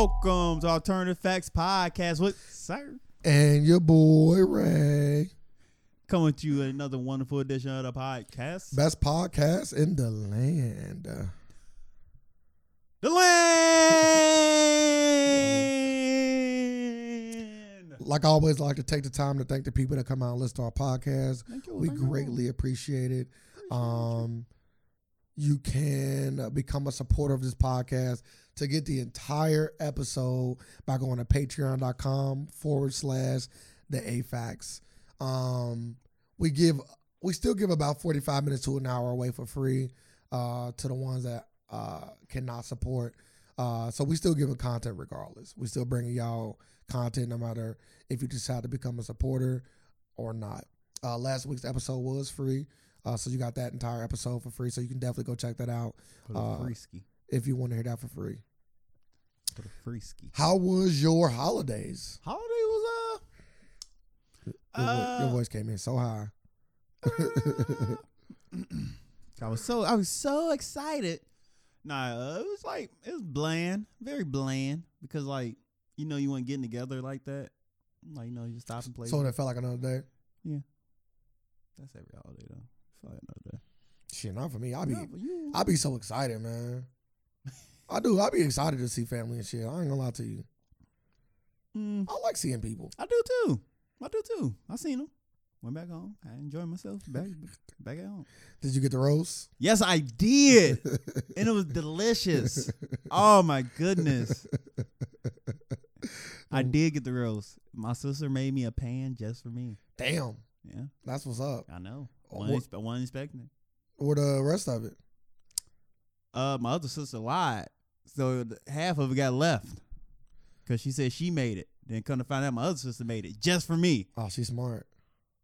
the Alternative Facts Podcast with Sir. And your boy Ray. Coming to you with another wonderful edition of the podcast. Best podcast in the land. The land! Like I always like to take the time to thank the people that come out and listen to our podcast. Thank you, We thank you. greatly appreciate it. Um, you can uh, become a supporter of this podcast to get the entire episode by going to patreon.com forward slash the AFAX. Um, we give we still give about 45 minutes to an hour away for free uh, to the ones that uh, cannot support. Uh, so we still giving content regardless. We still bringing y'all content no matter if you decide to become a supporter or not. Uh, last week's episode was free, uh, so you got that entire episode for free. So you can definitely go check that out For the Uh, freaky. if you want to hear that for free. For the freaky. How was your holidays? Holiday was, uh. Your, vo- your uh, voice came in so high. I was so I was so excited. Nah, uh, it was like it was bland, very bland because like you know you weren't getting together like that. Like you know you stop and play. So that felt like another day. That's every holiday though. Feel like another day. Shit, not for me. I be Not for you. I be so excited, man. I do. I be excited to see family and shit. I ain't gonna lie to you. Mm, I like seeing people. I do too. I do too. I seen them. Went back home. I enjoyed myself. Back back at home. Did you get the roast? Yes, I did, and it was delicious. Oh my goodness. Um, I did get the roast. My sister made me a pan just for me. Damn, Yeah. that's what's up. I know. Oh, Wasn't, what- expe- wasn't expecting it. Or the rest of it. Uh, my other sister lied, so th- half of it got left because she said she made it. Then come to find out, my other sister made it just for me. Oh, she's smart.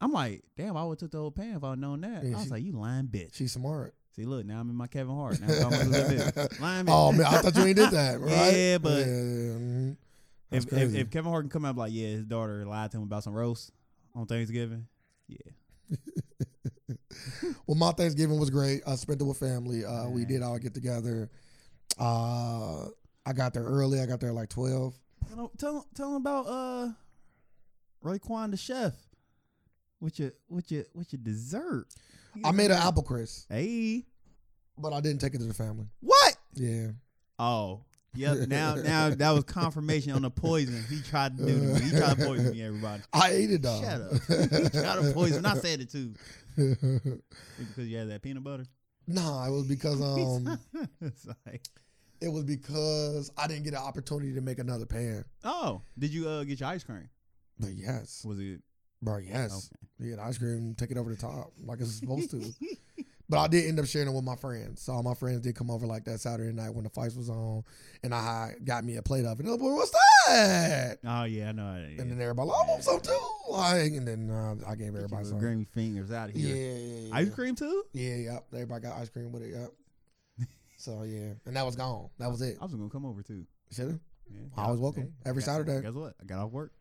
I'm like, damn, I would took the whole pan if I'd known that. Yeah, I was she- like, you lying bitch. She's smart. See, look, now I'm in my Kevin Hart. Now I'm talking about this little bitch. Lying bitch. Oh man, I thought you ain't did that, right? Yeah, but- mhm. That's if, if, crazy. if Kevin Hart can come out like, yeah, his daughter lied to him about some roast on Thanksgiving. Yeah, well, my Thanksgiving was great. I spent it with family. Uh, we Nice. did all get together. Uh, I got there early. I got there like twelve. tell him, tell, tell him about uh, Raekwon the chef. With your with your with your dessert. I made an apple crisp, Hey, but I didn't take it to the family. what? Yeah. Oh, yep. Now, now that was confirmation on the poison he tried to do to me. He tried to poison me, everybody. I ate it though. Shut up. he tried to poison. I said it too It's because you had that peanut butter. nah, it was because um, it's like, it was because I didn't get an opportunity to make another pan. oh, did you uh, get your ice cream? But yes, Was it? bro, yes, Okay. you get ice cream, take it over the top like it's supposed to. But I did end up sharing it with my friends. So all my friends did come over like that Saturday night when the fights was on, and I got me a plate of it. And I'm like, what's that? Oh yeah, I know. I And then everybody, "Oh, I want some too. Like, and then uh, I gave everybody some. green fingers out of Yeah, here. yeah, yeah. Ice cream too? Yeah, yep. Everybody got ice cream with it. Yep. so yeah, and that was gone. That was it. I was gonna come over too. Should have. Yeah, Always welcome. Every guess- Saturday. Guess what? I got off work.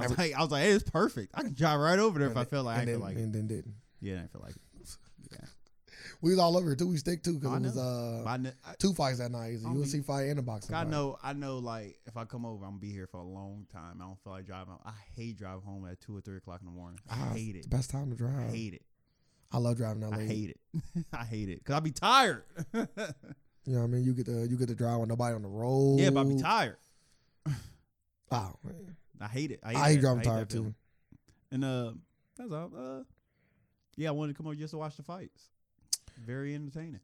I was, like, I was like, hey, it's perfect. I can drive right over there if I felt like I and feel then, like it. and then didn't. Yeah, I feel like it. We was all over it too. We stick too I because it was know. uh But I kn- I- two fights that night. It was a I don't UFC fight and a boxing. I fight. know, I know. Like, if I come over, I'm gonna be here for a long time. I don't feel like driving. I hate driving home at two or three o'clock in the morning. I Ah, hate it's it. The best time to I drive. hate it. I love driving that I late. hate it. I hate it because I be tired. You know what I mean? You get the you get to drive with nobody on the road. yeah, but I be tired. Oh, man. I hate it. I I hate, hate, that- driving I hate that tired feeling. too. And uh, that's all. Uh, yeah, I wanted to come over just to watch the fights. Very entertaining.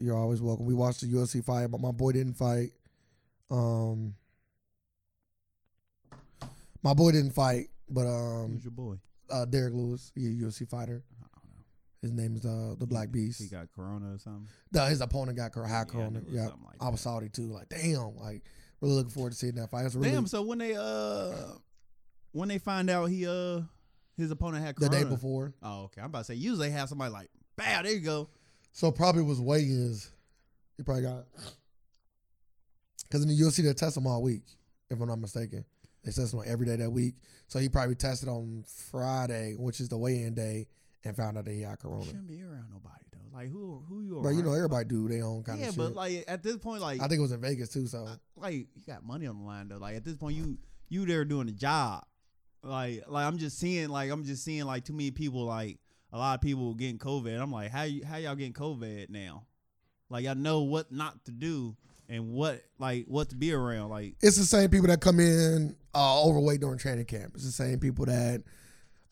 You're always welcome. We watched the UFC fight, but my boy didn't fight. Um, my boy didn't fight, but um, Who's your boy? uh, Derek Lewis, he a UFC fighter. I don't know. His name is uh, the Black He- Beast. He got corona or something. Nah, his opponent got cor- high Yeah, I knew corona. it was Yeah, something like I was that. salty too. Like, damn, like really looking forward to seeing that fight. It's really Damn. So when they uh, when they find out he uh, his opponent had the corona day before, Oh, okay. I'm about to say usually they have somebody like, "Bow, there you go." so probably was weigh-ins. He probably got because in the UFC they test him all week, if I'm not mistaken. They test him every day that week, so he probably tested on Friday, which is the weigh-in day, and found out that he had corona. Shouldn't be around nobody though. Like who who you? But you know, around? everybody do their own kind yeah, of shit. but like at this point, like I think it was in Vegas too. So I- like you got money on the line though. Like at this point, you you there doing a job. Like like I'm just seeing like I'm just seeing like too many people like a lot of people getting COVID. I'm like how you how y'all getting COVID now? Like I know what not to do and what like what to be around. Like it's the same people that come in uh, overweight during training camp. It's the same people that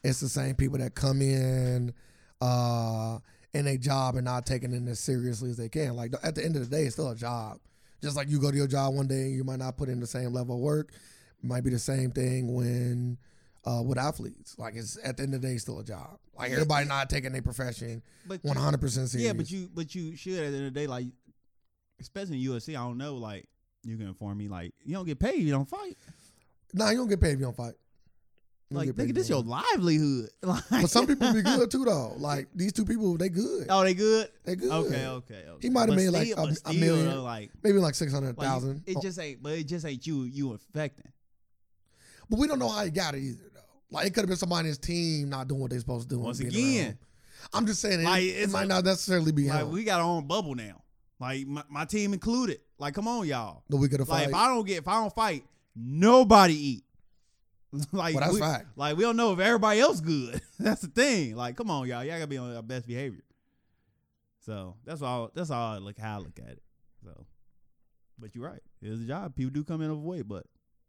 it's the same people that come in uh, in a job and not taking it as seriously as they can. Like at the end of the day, it's still a job. Just like you go to your job one day and you might not put in the same level of work. might be the same thing when uh, with athletes. Like it's at the end of the day, it's still a job. Like everybody not taking their profession but you- one hundred percent serious. yeah, but you but you should at the end of the day like especially in UFC. I don't know like you can inform me like you don't get paid you don't fight. nah, you don't get paid if you don't fight. You don't Like get paid if nigga, you this your don't fight. livelihood. Like But some people be good too though. Like these two people, they good. oh they good. They good. Okay, okay, okay. He might have But made, like, still- a- but a still, million. though, like, Maybe like six hundred like, thousand. It just ain't, but it just ain't you. You infecting. but we don't know how he got it either though. Like it could have been somebody in his team not doing what they supposed to do. and Once being again, around. I'm just saying it, Like, it it's might a- not necessarily be like him. we got our own bubble now. Like my, my team included. Like come on, y'all. the week of the Like fight. if I don't get, if I don't fight, nobody eat. like Well, that's we, fact. Like we don't know if everybody else good. that's the thing. Like come on, y'all. Y'all gotta be on our best behavior. So that's all. That's all. I look how I look at it. So, but you're right. It's a job. People do come in overweight, but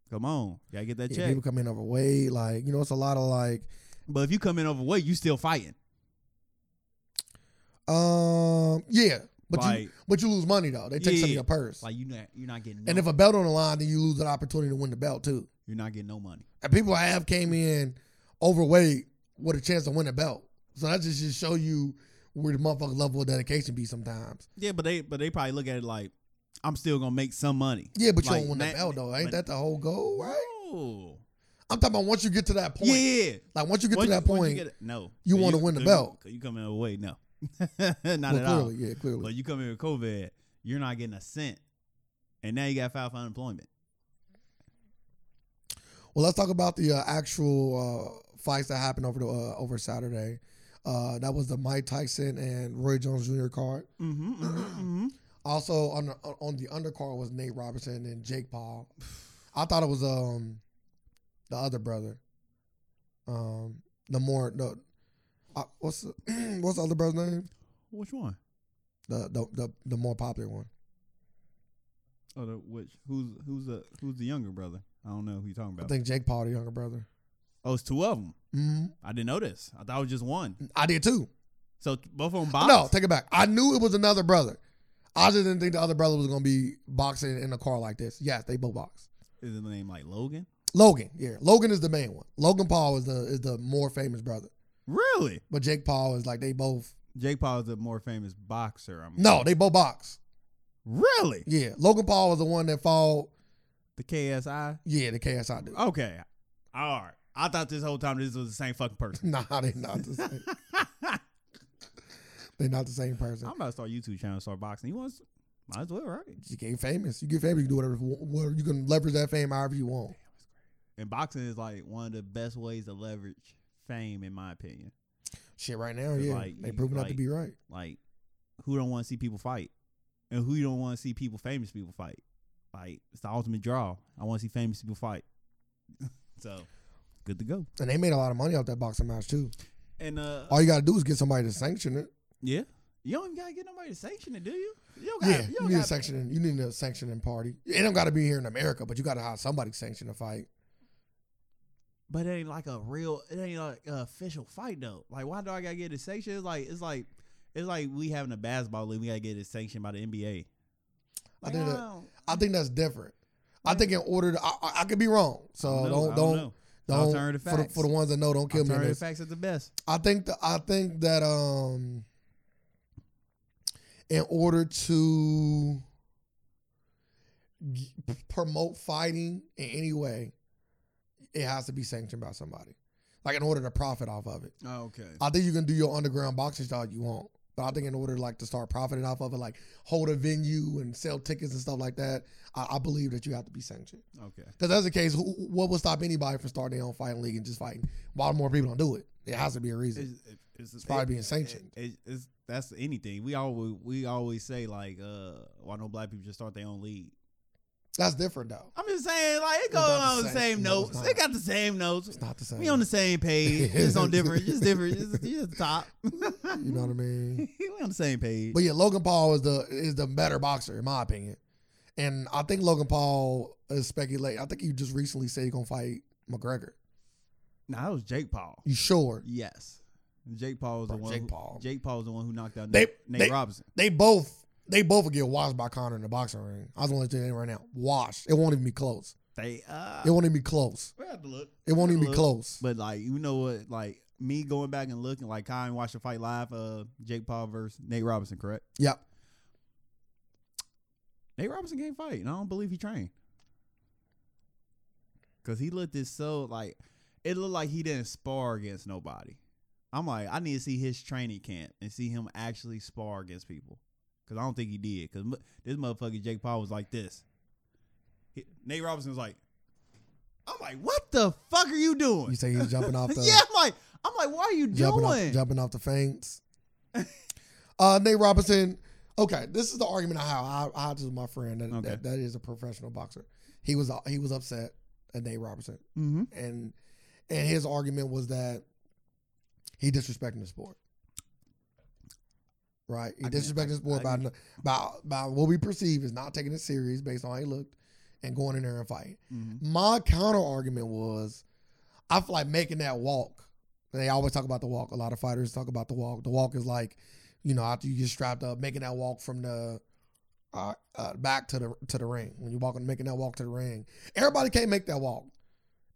come on, y'all get that Yeah, check. people come in overweight. Like you know, it's a lot of like. But if you come in overweight, you still fighting. Um. Yeah. But you Like- but you lose money though. They take some of Yeah. your purse. Like you not you're not getting no, and if a belt on the line, then you lose that opportunity to win the belt too. you're not getting no money. And people have came in overweight with a chance to win a belt. So that just just show you where the motherfucker level of dedication be sometimes. Yeah, but they but they probably look at it like I'm still gonna make some money. Yeah, but you Like, don't win the that- belt though. Ain't but- that the whole goal, right? Oh. I'm talking about once you get to that point. Yeah, yeah. Like once you get Once to you- that once you point, get it- no, you 'Cause wanna win the 'cause you- belt. 'cause You, come in overweight, no, not well, at all. clearly, yeah, clearly. But you come in with COVID, you're not getting a cent, and now you got filed for unemployment. well, let's talk about the uh, actual uh, fights that happened over the uh, over Saturday. Uh, that was the Mike Tyson and Roy Jones Jr. card. Mm-hmm, mm-hmm, Also on the, on the undercard was Nate Robinson and Jake Paul. I thought it was um the other brother, um the more the uh, what's the, what's the other brother's name? Which one? The, the the the more popular one. Oh, the, which who's who's the who's the younger brother? I don't know who you're talking I about. think Jake Paul, the younger brother. oh, it's two of them. hmm I didn't know this. I thought it was just one. I did too. So t- both of them boxed. No, take it back. I knew it was another brother. I just didn't think the other brother was gonna be boxing in a car like this. Yes, they both box. Is the name like Logan? Logan, yeah, Logan is the main one. Logan Paul is the is the more famous brother, Really? but Jake Paul is like they both. Jake Paul is the more famous boxer. I'm No, they both box. Really? Yeah, Logan Paul was the one that fought. The KSI? Yeah, the KSI dude. Okay. All right. I thought this whole time this was the same fucking person. Nah, they not the same. I'm they not the same person. about to start a YouTube channel, start boxing. You want? s- Might as well, right? You get famous. You get famous. You can do whatever. Whatever you can leverage that fame however you want. And boxing is like one of the best ways to leverage fame, in my opinion. Shit, right now, It's yeah, like- they proven out to like- be right. Like, who don't want to see people fight, and who you don't want to see people famous people fight? Like, it's the ultimate draw. I want to see famous people fight. so, good to go. And they made a lot of money off that boxing match too. And uh, All you gotta do is get somebody to sanction it. Yeah. You don't even gotta get nobody to sanction it, do you? You don't gotta, Yeah, you you, don't need a gotta- sanctioning. You need a sanctioning party. It don't gotta be here in America, but you gotta have somebody sanction the fight. but it ain't like a real it ain't like an official fight though. Like why do I gotta get a sanction? It's like it's like it's like we having a basketball league, we gotta get it sanctioned by the NBA. I uh, Like, think that- don't- I think that's different. I Yeah. think in order to, I, I, I could be wrong. So I don't know, I don't know. It's don't, alternative for, the, facts. for the ones that know, don't kill me. on alternative this. facts at the best. I think the, I think that um in order to g- promote fighting in any way, it has to be sanctioned by somebody. Like in order to profit off of it. Oh, okay. I think you can do your underground boxing style you want. But I think in order like to start profiting off of it, like hold a venue and sell tickets and stuff like that, I, I believe that you have to be sanctioned. Okay. Because that's the case, who, what will stop anybody from starting their own fighting league and just fighting? Why more people don't do it? It has to be a reason. It's, it's, It's probably being sanctioned. it- it's, that's anything. We always we always say like, uh, why don't black people just start their own league? That's different though. I'm just saying, like it not goes the on the same. same No, it's notes. not. They got the same notes. It's not the same. We on the same page. It's on different. It's different. It's, it's the top. you know what I mean? we on the same page. But yeah, Logan Paul is the is the better boxer in my opinion, and I think Logan Paul is speculating. I think you just recently said he's gonna fight McGregor. nah, that was Jake Paul. You sure? Yes, Jake Paul was Bro, the one. Jake who, Paul. Jake Paul was the one who knocked out They- Nate, Nate they- Robinson. They both they both get washed by Connor in the boxing ring. I was going to tell you that right now. Washed. It won't even be close. They uh, It won't even be close. we have to look. It won't even be Look. close. But like you know what, like me going back and looking, like I ain't watched the fight live. Uh, Jake Paul versus Nate Robinson, correct? Yep. Nate Robinson can't fight, and I don't believe he trained. Cause he looked as so like it looked like he didn't spar against nobody. I'm like, I need to see his training camp and see him actually spar against people. Cause I don't think he did. Cause mo- this motherfucker Jake Paul was like this. He- Nate Robinson was like, I'm like, what the fuck are you doing? You say he's jumping off the yeah, I'm like, I'm like, what are you jumping doing? off jumping off the feints. uh, Nate Robinson. Okay, this is the argument I have. I, I had this with my friend that, Okay. that that is a professional boxer. He was he was upset at Nate Robinson, mm-hmm. and and his argument was that he disrespecting the sport. Right, he I can- disrespecting the sport I by, can- n- by by what we perceive is not taking it serious based on how he looked and going in there and fighting. Mm-hmm. My counter argument was, I feel like making that walk. They always talk about the walk. A lot of fighters talk about the walk. The walk is like, you know, after you get strapped up, making that walk from the uh, uh, back to the to the ring. When you're walking, making that walk to the ring. Everybody can't make that walk.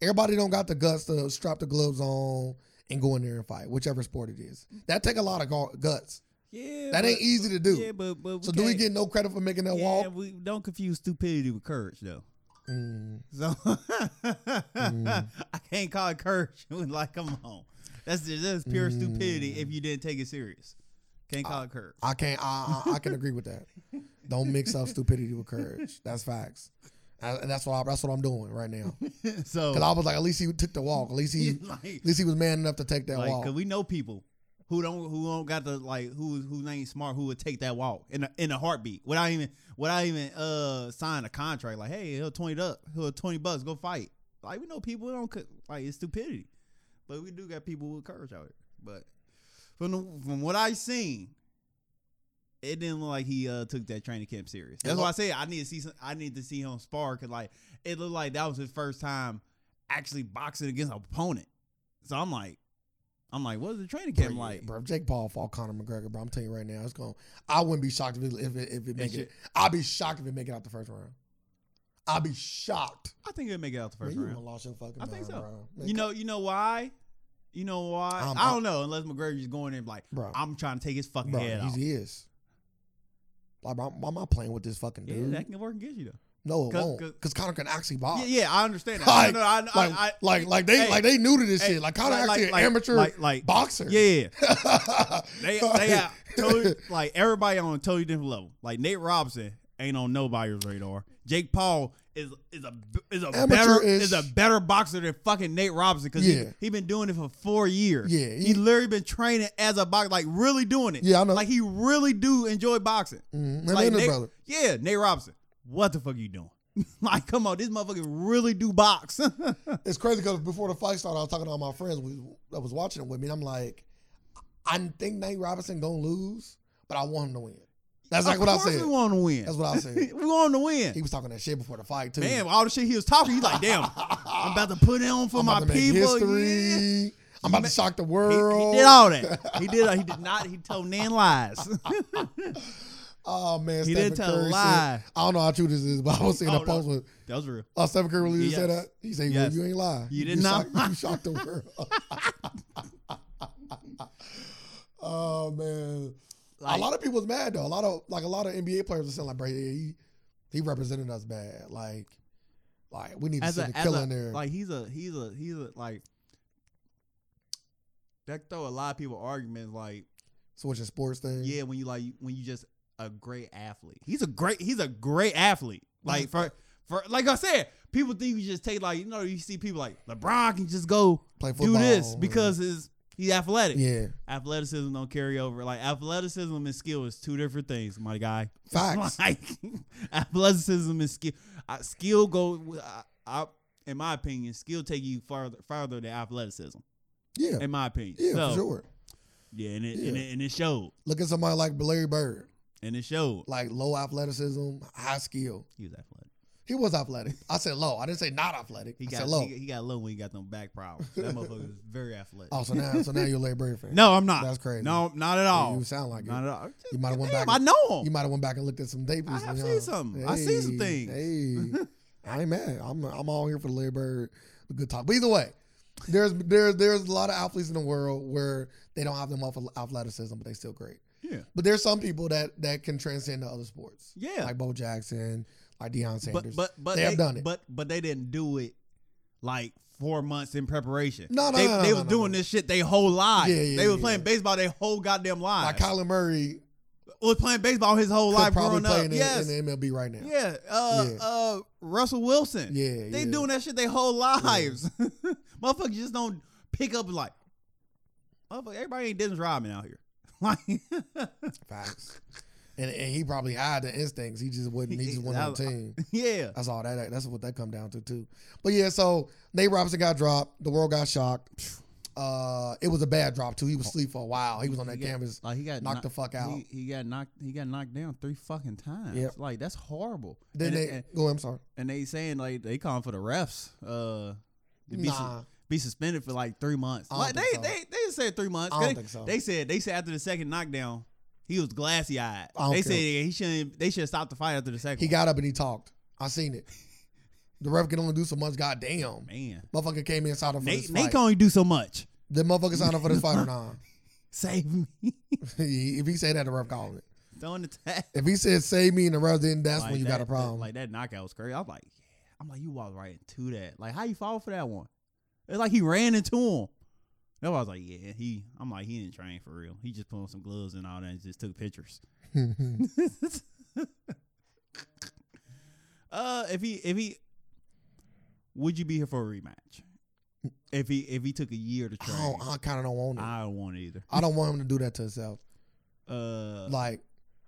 Everybody don't got the guts to strap the gloves on and go in there and fight, whichever sport it is. That take a lot of gu- guts. Yeah, That ain't easy to do. Yeah, but but we so do we can't- get no credit for making that yeah, walk? We don't confuse stupidity with courage, though. Mm. So I can't call it courage. when, like, come on, that's just, that's pure stupidity if you didn't take it serious. Can't call it courage. I can't. I, I I can agree with that. Don't mix up stupidity with courage. That's facts, I, and that's what I, that's what I'm doing right now. so Because I was like, at least he took the walk. At least he, at like, least he was man enough to take that like, walk. cause we know people who don't who don't got the like who who ain't smart who would take that walk in a, in a heartbeat without even without even uh sign a contract like hey he'll twenty up he'll twenty bucks go fight like we know people who don't co- like it's stupidity but we do got people with courage out here but from the, from what I seen. It didn't look like he uh, took that training camp serious. That's why I said I need to see some, I need to see him spar because like it looked like that was his first time actually boxing against an opponent. So I'm like, I'm like, what is the training camp Bro, like? bro, if Jake Paul fought Conor McGregor, bro, I'm telling you right now, it's going. I wouldn't be shocked if it, if it, if it make should- it. I'd be shocked if it make it out the first round. I'd be shocked. I think it'll make it out the first man, you round. would've lost your fucking I think mind, so. bro. Man, You know, you know why? You know why? I'm- I don't know. Unless McGregor's just going in like, bro, I'm trying to take his fucking bro, head off. he's, he is. Like, bro, why am I playing with this fucking Yeah, dude? that can work against you though. No, it Cause- won't. cause- Because Connor can actually box. Yeah, yeah, I understand that. Like, no, no, I, like, I, I, like, like they, hey, like they new to this hey, shit. Like Connor like- actually like- an amateur like- like- boxer. yeah, yeah. They they, they have totally like everybody on a totally different level. Like Nate Robinson ain't on nobody's radar. Jake Paul is is a is a better Amateurish. is a better boxer than fucking Nate Robinson because Yeah. he he been doing it for four years. Yeah, he, he- literally been training as a boxer, like really doing it. Yeah, I know. like he really do enjoy boxing. Mhm. Him Like, and his Nate- brother. Yeah, Nate Robinson. What the fuck you doing? like, come on, this motherfucker really do box. It's crazy because before the fight started, I was talking to all my friends we, that was watching it with me, and I'm like, I think Nate Robinson gonna lose, but I want him to win. That's like Of what I course said. We want to win. That's what I said. we want to win. He was talking that shit before the fight too. Man, all the shit he was talking, he's like, damn, I'm about to put it on for I'm my about to make people. history. yeah. I'm about to shock the He, world. he did all that. He did. He did not. He told nine lies. Oh man, He Stephen didn't tell a Curry said- lie. I don't know how true this is, but I was seeing Oh, a no. post with that was real. oh Stephen Curry really said Yes. that. He said, Yes. "You ain't lie. You did not shocked- lie." You shocked the world." oh man, Like- a lot of people was mad though. A lot of like a lot of NBA players were saying like, "Bro, yeah, he he represented us bad. Like, like we need to As a, send a as killer a in there." like, he's a, he's a, he's a like. That throw a lot of people arguments like, Switching sports thing. yeah, when you like, when you just a great athlete. He's a great. He's a great athlete. Like for for like I said, people think you just take like you know you see people like LeBron can just go play football. do this because his He's athletic. Yeah. Athleticism don't carry over. Like athleticism and skill is two different things, my guy. Facts. Like athleticism and skill. I, skill go. I, I, in my opinion, skill take you farther farther than athleticism. Yeah. In my opinion. Yeah, so, for sure. Yeah, and it, Yeah. And, it, and it showed. Look at somebody like Larry Bird, And it showed. like low athleticism, high skill. He was athletic. He was athletic. I said low. I didn't say not athletic. He I got said low. He, he got low when he got no back problems. That motherfucker was very athletic. oh, so now, so now you're a Larry Bird fan. no, I'm not. that's crazy. No, not at all. you sound like Not it. at all. You might have went Damn, back. I know him. You might have went back and looked at some tape. I have recently, seen huh? something. I seen some Hey, Hey, I ain't mad. I'm I'm all here for the Larry Bird good talk. But either way, there's there's there's a lot of athletes in the world where they don't have them off of athleticism, but they still great. yeah. But there's some people that that can transcend to other sports. Yeah. like Bo Jackson, like Deion Sanders. but but but They have done it. But but they didn't do it like four months in preparation. No, no, they, no, no, they no, was no, doing no. this shit they whole life. Yeah, yeah, they was yeah, playing yeah. baseball their whole goddamn life. like Kyler Murray was playing baseball his whole could life probably growing play up. in, the- yes. in the MLB right now. yeah. Uh, Yeah. uh, Russell Wilson. Yeah, They yeah. doing that shit their whole lives. Motherfuckers just don't pick up like. Motherfucker, everybody ain't Dennis Rodman out here. Like, Facts. And, and he probably had the instincts. He just wouldn't. He just wasn't on the team. yeah. That's all that. That's what that come down to too. But yeah, so Nate Robinson got dropped. The world got shocked. Uh, it was a bad drop too. He was asleep for a while. He was on that got- canvas. Like he got knocked the fuck out. He, he got knocked. He got knocked down three fucking times. Yep. Like that's horrible. Then and, they and, go. I'm sorry. and they saying like they calling for the refs. Uh, to be, Nah. sus- be suspended for like three months. I don't Like they, think so. they they said three months. I don't They- think so. They said they said after the second knockdown, he was glassy eyed. I don't They care. said he shouldn't. They should have stopped the fight after the second. He one. got up and he talked. I seen it. The ref can only do so much. Goddamn. man. Motherfucker came in signed up for Nate this Nate fight. can only do so much. the motherfucker signed up for this fight or not? Save me. if he said that, the ref called it. Don't attack. If he said save me and the ref didn't, that's when you got a problem. Like that knockout was crazy. I was like, yeah. I'm like, you walked right into that. Like, how you fall for that one? It's like he ran into him. That's why I was like, yeah, he. I'm like, he didn't train for real. He just put on some gloves and all that, and just took pictures. uh, if he, if he, would you be here for a rematch? If he, if he took a year to I, train, don't- Oh, I kind of don't want it. I don't want it either. I don't want him to do that to himself. Uh, Like,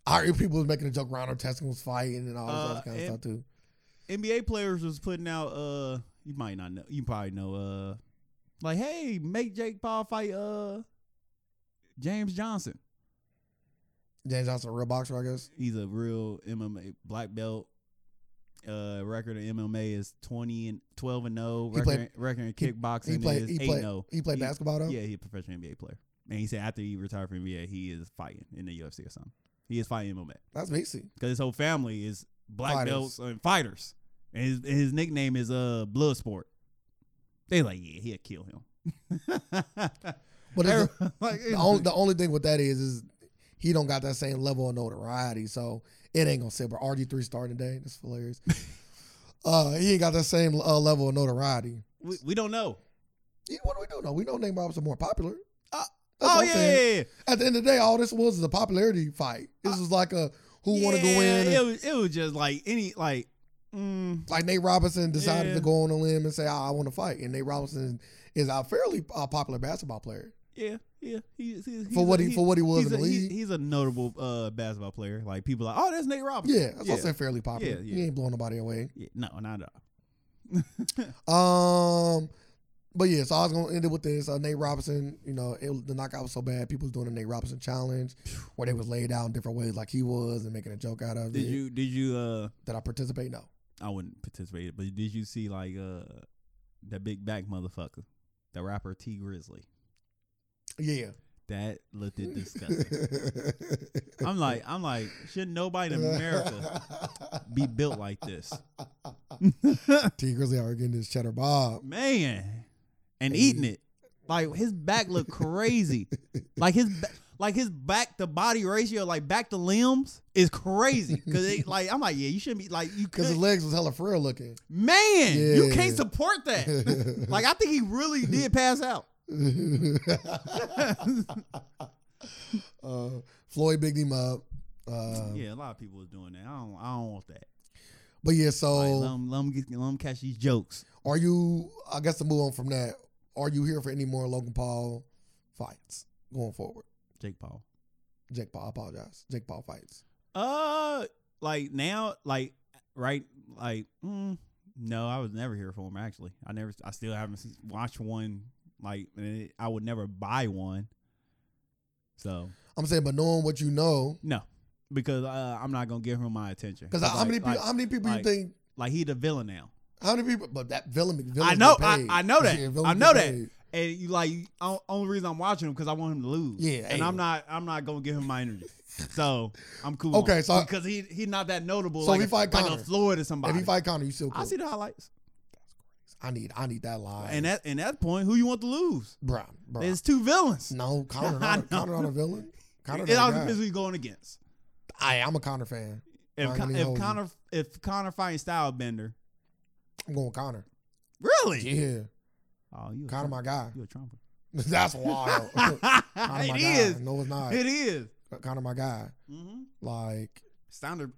I heard people was making a joke around her testing was fighting and all this Uh, other kind of and- stuff too. NBA players was putting out uh you might not know you probably know uh like hey make Jake Paul fight uh James Johnson. James Johnson, a real boxer, I guess. He's a real MMA black belt. Uh record of MMA is twenty and twelve and no. He Record played- record in he- kickboxing He played. is He eight played. no. He played He- basketball though. Yeah, he's a professional NBA player. And he said after he retired from NBA he is fighting in the UFC or something. He is fighting MMA. That's basic. Because his whole family is black Fighters. belts and fighters. And his, and his nickname is uh Bloodsport. They like, yeah, he'll kill him. But it's, Everyone- like, the, only, the only thing with that is, is he don't got that same level of notoriety, so it ain't gonna sit. But RG three starting today. That's hilarious. uh, he ain't got that same uh, level of notoriety. we, we don't know. Yeah, what do we do? No, we know Nate Robinson more popular. Uh, That's what oh I'm yeah, yeah, saying. yeah. At the end of the day, all this was is a popularity fight. This was like a who want to go Yeah, in. and- It was, it was just like any like. Mm, like Nate Robinson decided Yeah. to go on a limb and say, "Ah, "I want to fight," and Nate Robinson is a fairly uh, popular basketball player yeah, yeah. He, he's, for what he, for what he was he's in the a, he's, league. he's a notable uh, basketball player. Like people are like, oh, that's Nate Robinson. yeah, that's why I said fairly popular. Yeah, yeah. He ain't blowing nobody away. yeah. No, not at all. Um, but yeah, so I was gonna end it with this. Uh, Nate Robinson, you know, it, the knockout was so bad, people was doing the Nate Robinson challenge where they was laid out in different ways, like he was, and making a joke out of Did it. you? Did you? uh Did I participate? No. I wouldn't participate, but did you see like uh that big back motherfucker, the rapper T Grizzly? Yeah. That looked it disgusting. I'm like, I'm like, should nobody in America be built like this, T Grizzly are getting this cheddar bob. man? And eating it, like his back looked crazy, like his. Ba- like his back to body ratio, like back to limbs, is crazy. Cause it, like I'm like, yeah, you shouldn't be like you. Because could- his legs was hella frail looking. man, you Yeah. can't support that. like I think he really did pass out. uh, Floyd bigged him up. Uh, yeah, a lot of people was doing that. I don't, I don't want that. But yeah, Like, let, so them, let, them get, let 'em catch these jokes. are you, I guess to move on from that, are you here for any more Logan Paul fights going forward? Jake Paul. Jake Paul, I apologize. Jake Paul fights. Uh, like now, like right, like mm, no, I was never here for him. Actually, I never, I still haven't s- watched one. Like and it- I would never buy one. So I'm saying, but knowing what you know, no, because uh, I'm not gonna give him my attention. because how like, many people? like, how many people like- you think? like he the villain now, How many people? But that villain McVillain. I know- get paid. I- I know that. villain I know get that. paid. and you like on- only reason I'm watching him because I want him to lose. Yeah, and hey. I'm not, I'm not gonna give him my energy. So I'm cool. Okay, on it. so- because he he's not that notable. So like, if he fight a, like a Conor- Floyd or somebody. If you fight Connor, you still cool. I see the highlights. I need. I need that line. And at and that point, who you want to lose? bruh, bruh. There's two villains. no Connor. I Not, a- know. Connor not a villain. Connor. it all Not a depends guy. who you're going against. I, I'm a Connor fan. If, Alright, Con- let me if hold you. Connor if Connor fighting Stylebender, I'm going Connor. really? Yeah, Oh, you a Connor, Trump- my guy. you a Trumper? That's wild. Connor, my it guy. is. No, it's not. It is. Connor, my guy. Mm-hmm. Like Standard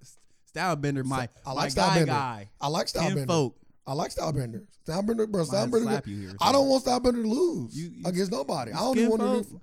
Stylebender, my I my like guy Stylebender. guy. I like Ten Stylebender. folk. I like Stylebender. Stylebender, bro. Might Stylebender. slap you here. or I don't something. want Stylebender to lose You- you- against nobody. I you only want him. To, kinfolk?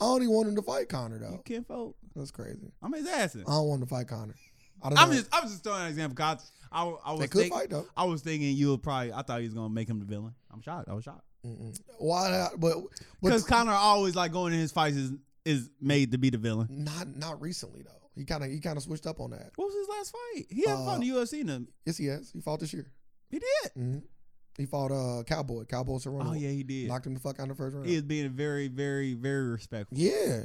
I only want him to fight Connor You though. kinfolk. That's crazy. I'm his ass. I don't want him to fight Connor. I don't. I'm know. just I'm just throwing an example. 'cause I, I, I They was could think, fight though. I was thinking you would probably. I thought he was gonna make him the villain. I'm shocked. I was shocked. Mm-mm. Why? Not, but Because but Connor always like going in his fights is is made to be the villain. not not recently though. He kind of he kind of switched up on that. What was his last fight? He hasn't Uh, fought in the UFC. In a, Yes, he has. He fought this year. he did. hmm He fought uh Cowboy. Cowboy Cerrone. Oh yeah, he did. Knocked him the fuck out in the first round. He is being very, very, very respectful. yeah.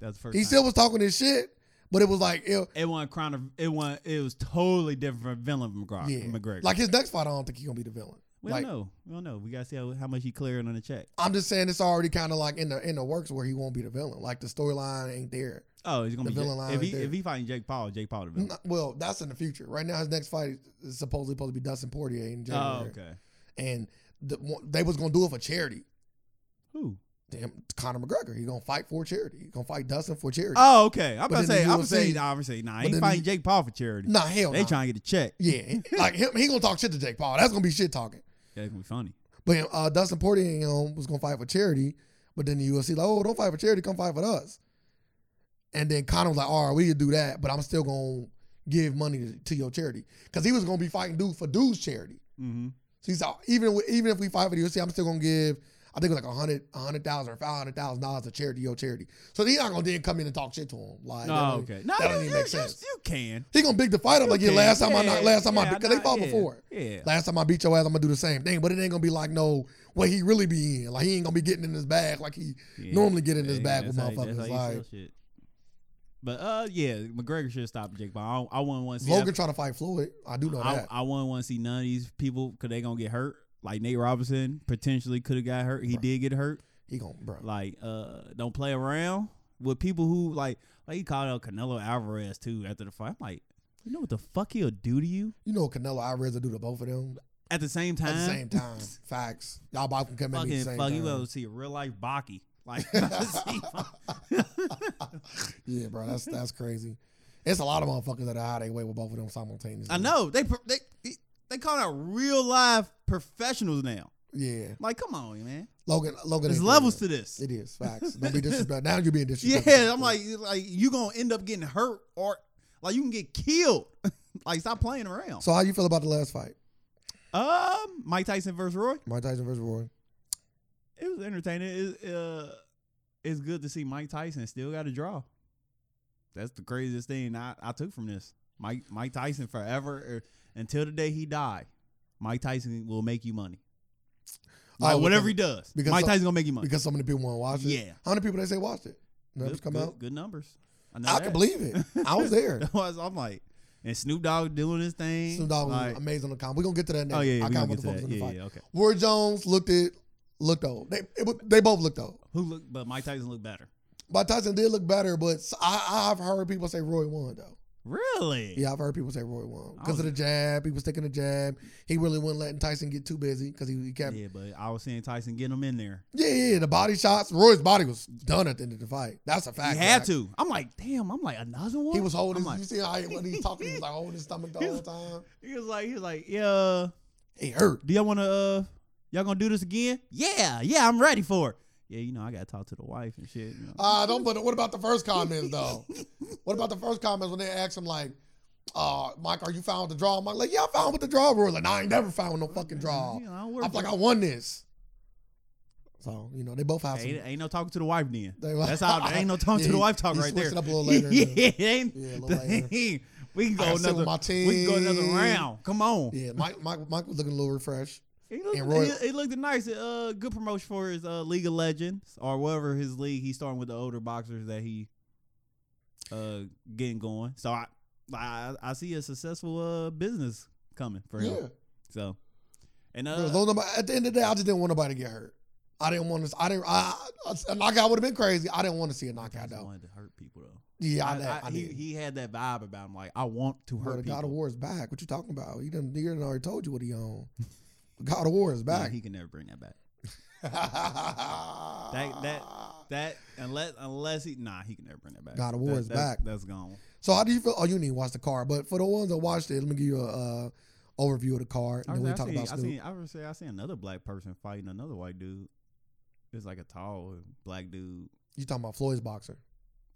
That's the first. He time. still was talking his shit, but it was like it, It wasn't Connor. It wasn't. It was totally different from villain McGregor. yeah. McGregor. Like his next fight, I don't think he's gonna be the villain. we like- don't know. We don't know. We gotta see how, how much he clearing on the check. I'm just saying it's already kind of like in the in the works where he won't be the villain. Like the storyline ain't there. Oh, he's gonna The be villain Jake- line if right he there. if he fighting Jake Paul. Jake Paul the villain. Not- well, that's in the future. Right now, his next fight is supposedly supposed to be Dustin Poirier in oh, January, okay. and the, one- they was gonna do it for charity. Who? Damn, Conor McGregor, he gonna fight for charity. He gonna fight Dustin for charity. Oh, okay. I'm about But to then say. I'm the gonna UFC say. Nah, I'm gonna say. Nah, but he then fighting the- Jake Paul for charity. nah, hell, they nah. trying to get a check. Yeah, like him, he gonna talk shit to Jake Paul. That's gonna be shit talking. That's gonna be funny. But uh, Dustin Poirier you know, was gonna fight for charity, but then the UFC like, oh, don't fight for charity, come fight for us. And then Conor was like, all right, we can do that, but I'm still gonna give money to, to your charity because he was gonna be fighting dude for dude's charity. Mm-hmm. So he's like, even with- even if we fight for the UFC, I'm still gonna give. I think it was like a hundred, a hundred thousand or five hundred thousand dollars to charity, your charity. So he's not gonna then come in and talk shit to him. Like, that Oh, don't- okay. No, that you, don't you, even make you- sense. you can. He gonna big the fight up like, yeah, can. last time I Yeah, knocked, last time I yeah, beat, because they nah, fought yeah, before. Yeah. Last time I beat your ass, I'm gonna do the same thing, but it ain't gonna be like no what he really be in. Like he ain't gonna be getting in his bag like he Yeah. normally get in his Yeah, bag with that's how you- motherfuckers. that's how you like sell shit. But uh, yeah, McGregor should stop Jake Paul. I, don't- I wouldn't want to see. Logan that. trying to fight Floyd, I do know I, that. I wouldn't want to see none of these people because they gonna get hurt. Like Nate Robinson potentially could have got hurt. He Bruh. did get hurt. He gonna bro. Like uh, don't play around with people who like like he called out Canelo Alvarez too after the fight. I'm like, you know what the fuck he'll do to you You know Canelo Alvarez will do to both of them at the same time. at the same time. Facts. Y'all both can come at me Fucking at the same fuck, you time. gonna see a real life Baki. Like, yeah, bro. That's that's crazy. It's a lot of motherfuckers that are out of their way with both of them simultaneously. I know they pro- they they call out real live professionals now. Yeah, Like, come on, man. Logan. Logan. There's ain't levels doing to this. it. It is facts. Don't be disrespectful. now you're being disrespectful. Yeah, I'm like, like you gonna end up getting hurt or like you can get killed. like, stop playing around. So how you feel about the last fight, um, Mike Tyson versus Roy. Mike Tyson versus Roy? It was entertaining. It, uh, it's good to see Mike Tyson still got a draw. That's the craziest thing I, I took from this. Mike Mike Tyson forever er, until the day he died. Mike Tyson will make you money. Like Oh, whatever because- he does, because Mike so- Tyson gonna make you money. because so many people want to watch it. Yeah. How many people they say watched it? Numbers Good, come good- out. good numbers. know I that. can believe it. I was there. That's why I'm like, and Snoop Dogg doing his thing. Snoop Dogg like, was amazing on the comment. We're gonna get to that next. oh yeah, yeah I we count gonna get what the to fuck was that. in the Yeah, fight. yeah, okay. Roy Jones looked it looked old. They it, was- they both looked old. Who look? But Mike Tyson looked better. But Tyson did look better, but s- I I've heard people say Roy won though. Really? Yeah, I've heard people say Roy won I because of the jab. He was taking the jab. He really wasn't letting Tyson get too busy because he, he kept. Yeah. Yeah, but I was seeing Tyson getting him in there. yeah, yeah, the body shots. Roy's body was done at the end of the fight. That's a fact. he had Like, to. I'm like, damn. I'm like another one. He was holding. I'm like, His, you see how he, when he talking, he was like holding his stomach the He's- whole time. he was like, he was like, yeah. It hurt. Do y'all want to? uh Y'all gonna do this again? Yeah, yeah. I'm ready for it. yeah, you know, I got to talk to the wife and shit. You know. Uh, don't. But what about the first comments though? what about the first comments when they asked him like, uh, Mike, are you found with the draw? I'm like, yeah, I found with the draw rule. Like, nah, I ain't never found with no fucking draw. You know, I don't work I'm like, for- I won this. So you know, they both have some. ain't, ain't no talking to the wife then. They- That's how ain't no talking Yeah, to the he- wife talk he right there. switched it up a little later. uh, yeah, it ain't, Yeah, a little later. we can I go gotta sit with another. my We can go another team. round. Come on. Yeah, Mike, Mike, Mike was looking a little refreshed. He looked, And Roy- he, he looked nice. Uh, good promotion for his uh, League of Legends or whatever his league. He's starting with the older boxers that he uh getting going. So I I, I see a successful uh business coming for him. Yeah, So and Bro, as uh long as nobody- at the end of the day, I just didn't want nobody to get hurt. I didn't want to. I didn't. I, I, a knockout would have been crazy. I didn't want to see a I knockout just though. wanted to hurt people though. Yeah, I, I, I, I, he, did. he had that vibe about him. Like I want to Bro, hurt the people. God of War is back. What you talking about? He done, he done already told you what he on. God of War is Nah, back. he can never bring that back. that- That unless unless he nah he can never bring that back. God of War That- is that's- back. That's gone. So how do you feel? Oh, you didn't even watch the card, but for the ones that watched it, let me give you a uh, overview of the card, I and then we was- Oh, I talk seen, about I Snoop. seen, I would say I seen another black person fighting another white dude. It's like a tall black dude. You talking about Floyd's boxer?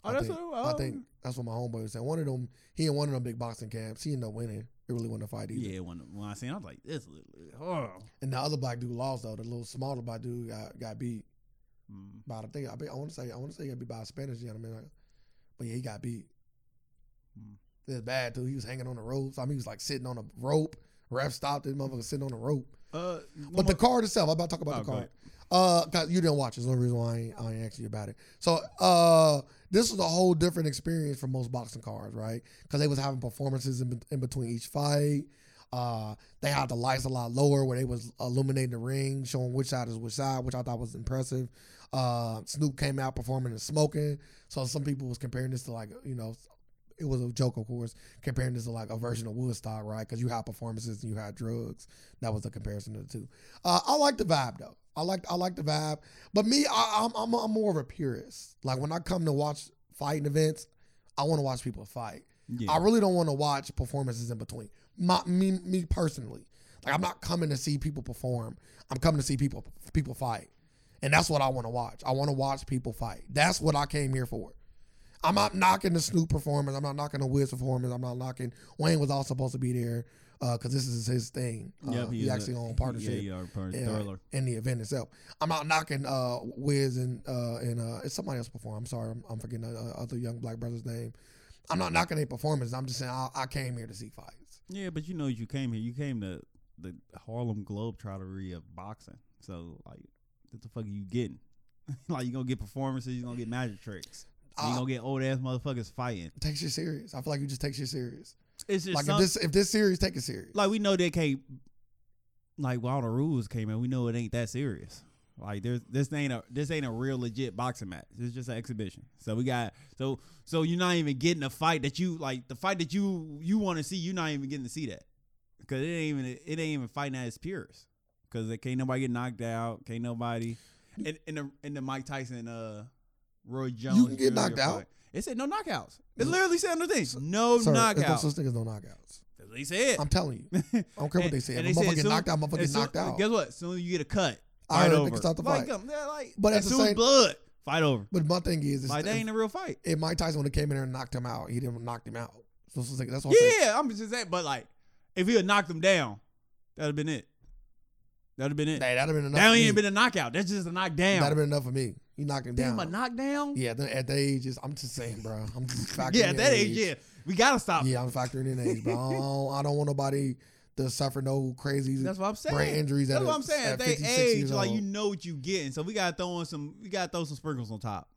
Oh, I that's think, what- I oh. think that's what my homeboy was saying. One of them, he in one of them big boxing camps. He ended up winning. It really wasn't a fight either. Yeah, when when I seen, it, I was like, this is horrible. And the other black dude lost though. The little smaller black dude got, got beat. Mm. By I think I, be- I want to say I want to say he got beat by a Spanish gentleman. Like, but yeah, he got beat. Hmm. It was bad too. He was hanging on the ropes. I mean, he was like sitting on a rope. Ref stopped this motherfucker sitting on a rope. Uh, But the card itself, I'm about to talk about Oh, the go card. ahead. Uh, 'cause you didn't watch. It's the only reason why I ain't, I ain't asked you about it. So, uh, this was a whole different experience from most boxing cards, right? Because they was having performances in, in between each fight. Uh, they had the lights a lot lower where they was illuminating the ring, showing which side is which side, which I thought was impressive. Uh, Snoop came out performing and smoking, so some people was comparing this to like you know, it was a joke of course, comparing this to like a version of Woodstock, right? Because you had performances and you had drugs. That was the comparison of the two. Uh, I like the vibe though. I like I like the vibe. But me, I, I'm I'm I'm more of a purist. Like when I come to watch fighting events, I want to watch people fight. yeah. I really don't want to watch performances in between. My me me personally, like I'm not coming to see people perform. I'm coming to see people people fight, and that's what I want to watch. I want to watch people fight. That's what I came here for. I'm not knocking the Snoop performance. I'm not knocking the Wiz performance. I'm not knocking Wayne was all supposed to be there because this is his thing. Uh, Yep, he is a- actually on partnership Yeah, you are a part in, thriller. in the event itself. I'm not knocking uh, Wiz and uh, and uh, it's somebody else perform. I'm sorry, I'm, I'm forgetting the uh, other young black brother's name. I'm not knocking their performance. I'm just saying I, I came here to see fights. Yeah, but you know, you came here. You came to the Harlem Globetrottery of boxing. So like, what the fuck are you getting? like, you gonna get performances. You gonna get magic tricks. You Uh, gonna get old ass motherfuckers fighting. Take shit serious. I feel like you just take shit serious. It's just Like some- if this if this series, take it serious. like we know they can't like when all the rules came in, we know it ain't that serious. Like there's this ain't a this ain't a real legit boxing match. It's just an exhibition. So we got so so you're not even getting a fight that you like the fight that you you want to see. You're not even getting to see that because it ain't even it ain't even fighting at its purest. Because can't nobody get knocked out. Can't nobody. And in the in the Mike Tyson uh Roy Jones can get Jr. knocked out. Mm-hmm. fight, It said no knockouts. It literally said on the thing no Sir, knockouts. It's no such thing as no knockouts. That's what he said. I'm telling you. I don't care what they say. If a motherfucker get knocked out, motherfucker get knocked out. Guess what? Soon as you get a cut, I fight heard over. niggas stop the like, fight. um, they're like, But but at as the soon as same- blood, fight over. But my thing is, Like it's, that ain't a real fight. if Mike Tyson would have came in there and knocked him out, he didn't knock him out. So it's like, that's what I'm saying. Yeah, I'm just saying. But like, if he had knocked him down, that'd have been it. That'd have been it. Hey, that'd have been enough. That for ain't me. even been a knockout. That's just a That'd have knockdown. been enough for me. You knocked him Damn, down. a knockdown. Yeah, the, at the age, is, I'm just saying, bro. I'm just factoring Yeah, in at that age, yeah, we gotta stop. Yeah, I'm factoring in age, bro. I don't, I don't want nobody to suffer no crazy. That's what I'm saying. Brain injuries at That's what a- I'm saying. at If they 56 age, years like old. you know what you getting. So we gotta throw in some. We gotta throw some sprinkles on top.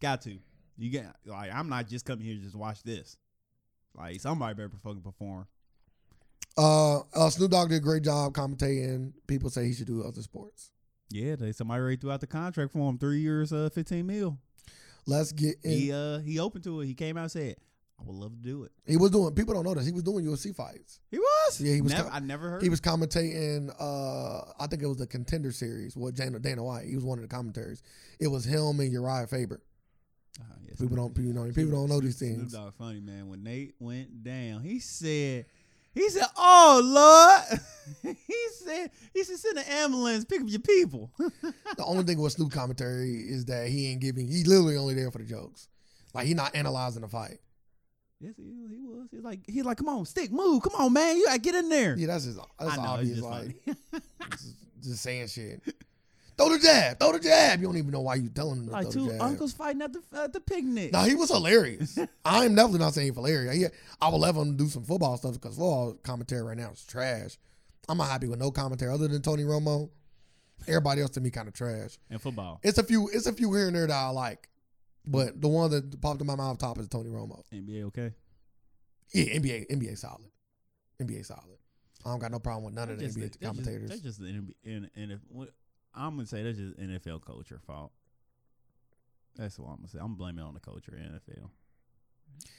Got to. You get like I'm not just coming here to just watch this. Like somebody better fucking perform. Uh, uh, Snoop Dogg did a great job commentating. People say he should do other sports. Yeah, they somebody already threw out the contract for him three years, uh, fifteen mil. Let's get in. He uh he opened to it. He came out and said, "I would love to do it." He was doing. People don't know this. He was doing UFC fights. He was. Yeah, he was Never, com- I never heard. He was commentating. Uh, I think it was the Contender Series with Dana, Dana White. He was one of the commentaries. It was him and Uriah Faber. Uh-huh, yes. People don't. People don't. People don't know these Snoop things. Dogg funny man. When Nate went down, he said, He said, "Oh Lord," he said, "He said send an ambulance, pick up your people." The only thing with Snoop commentary is that he ain't giving. He literally only there for the jokes. Like he not analyzing the fight. yes, he, was- he was. He's like, he's like, "Come on, stick, move, come on, man, you gotta get in there." Yeah, that's just that's I know, it's obvious. just Like like- just, just saying shit. Throw the jab. Throw the jab. You don't even know why you telling him to like throw two the jab. uncles fighting at the at the picnic. Now he was hilarious. I am definitely not saying he's hilarious. Yeah, I would love him to do some football stuff because football commentary right now is trash. I'm not happy with no commentary other than Tony Romo. Everybody else to me kind of trash. And football, It's a few. It's a few here and there that I like, but the one that popped in my mouth top is Tony Romo. NBA, okay. Yeah, NBA, NBA solid, NBA solid. I don't got no problem with none of the Just the- NBA commentators. That's just, that's just the NBA, and, and if, what, I'm gonna say that's just NFL culture fault. That's what I'm gonna say. I'm blaming it on the culture in NFL.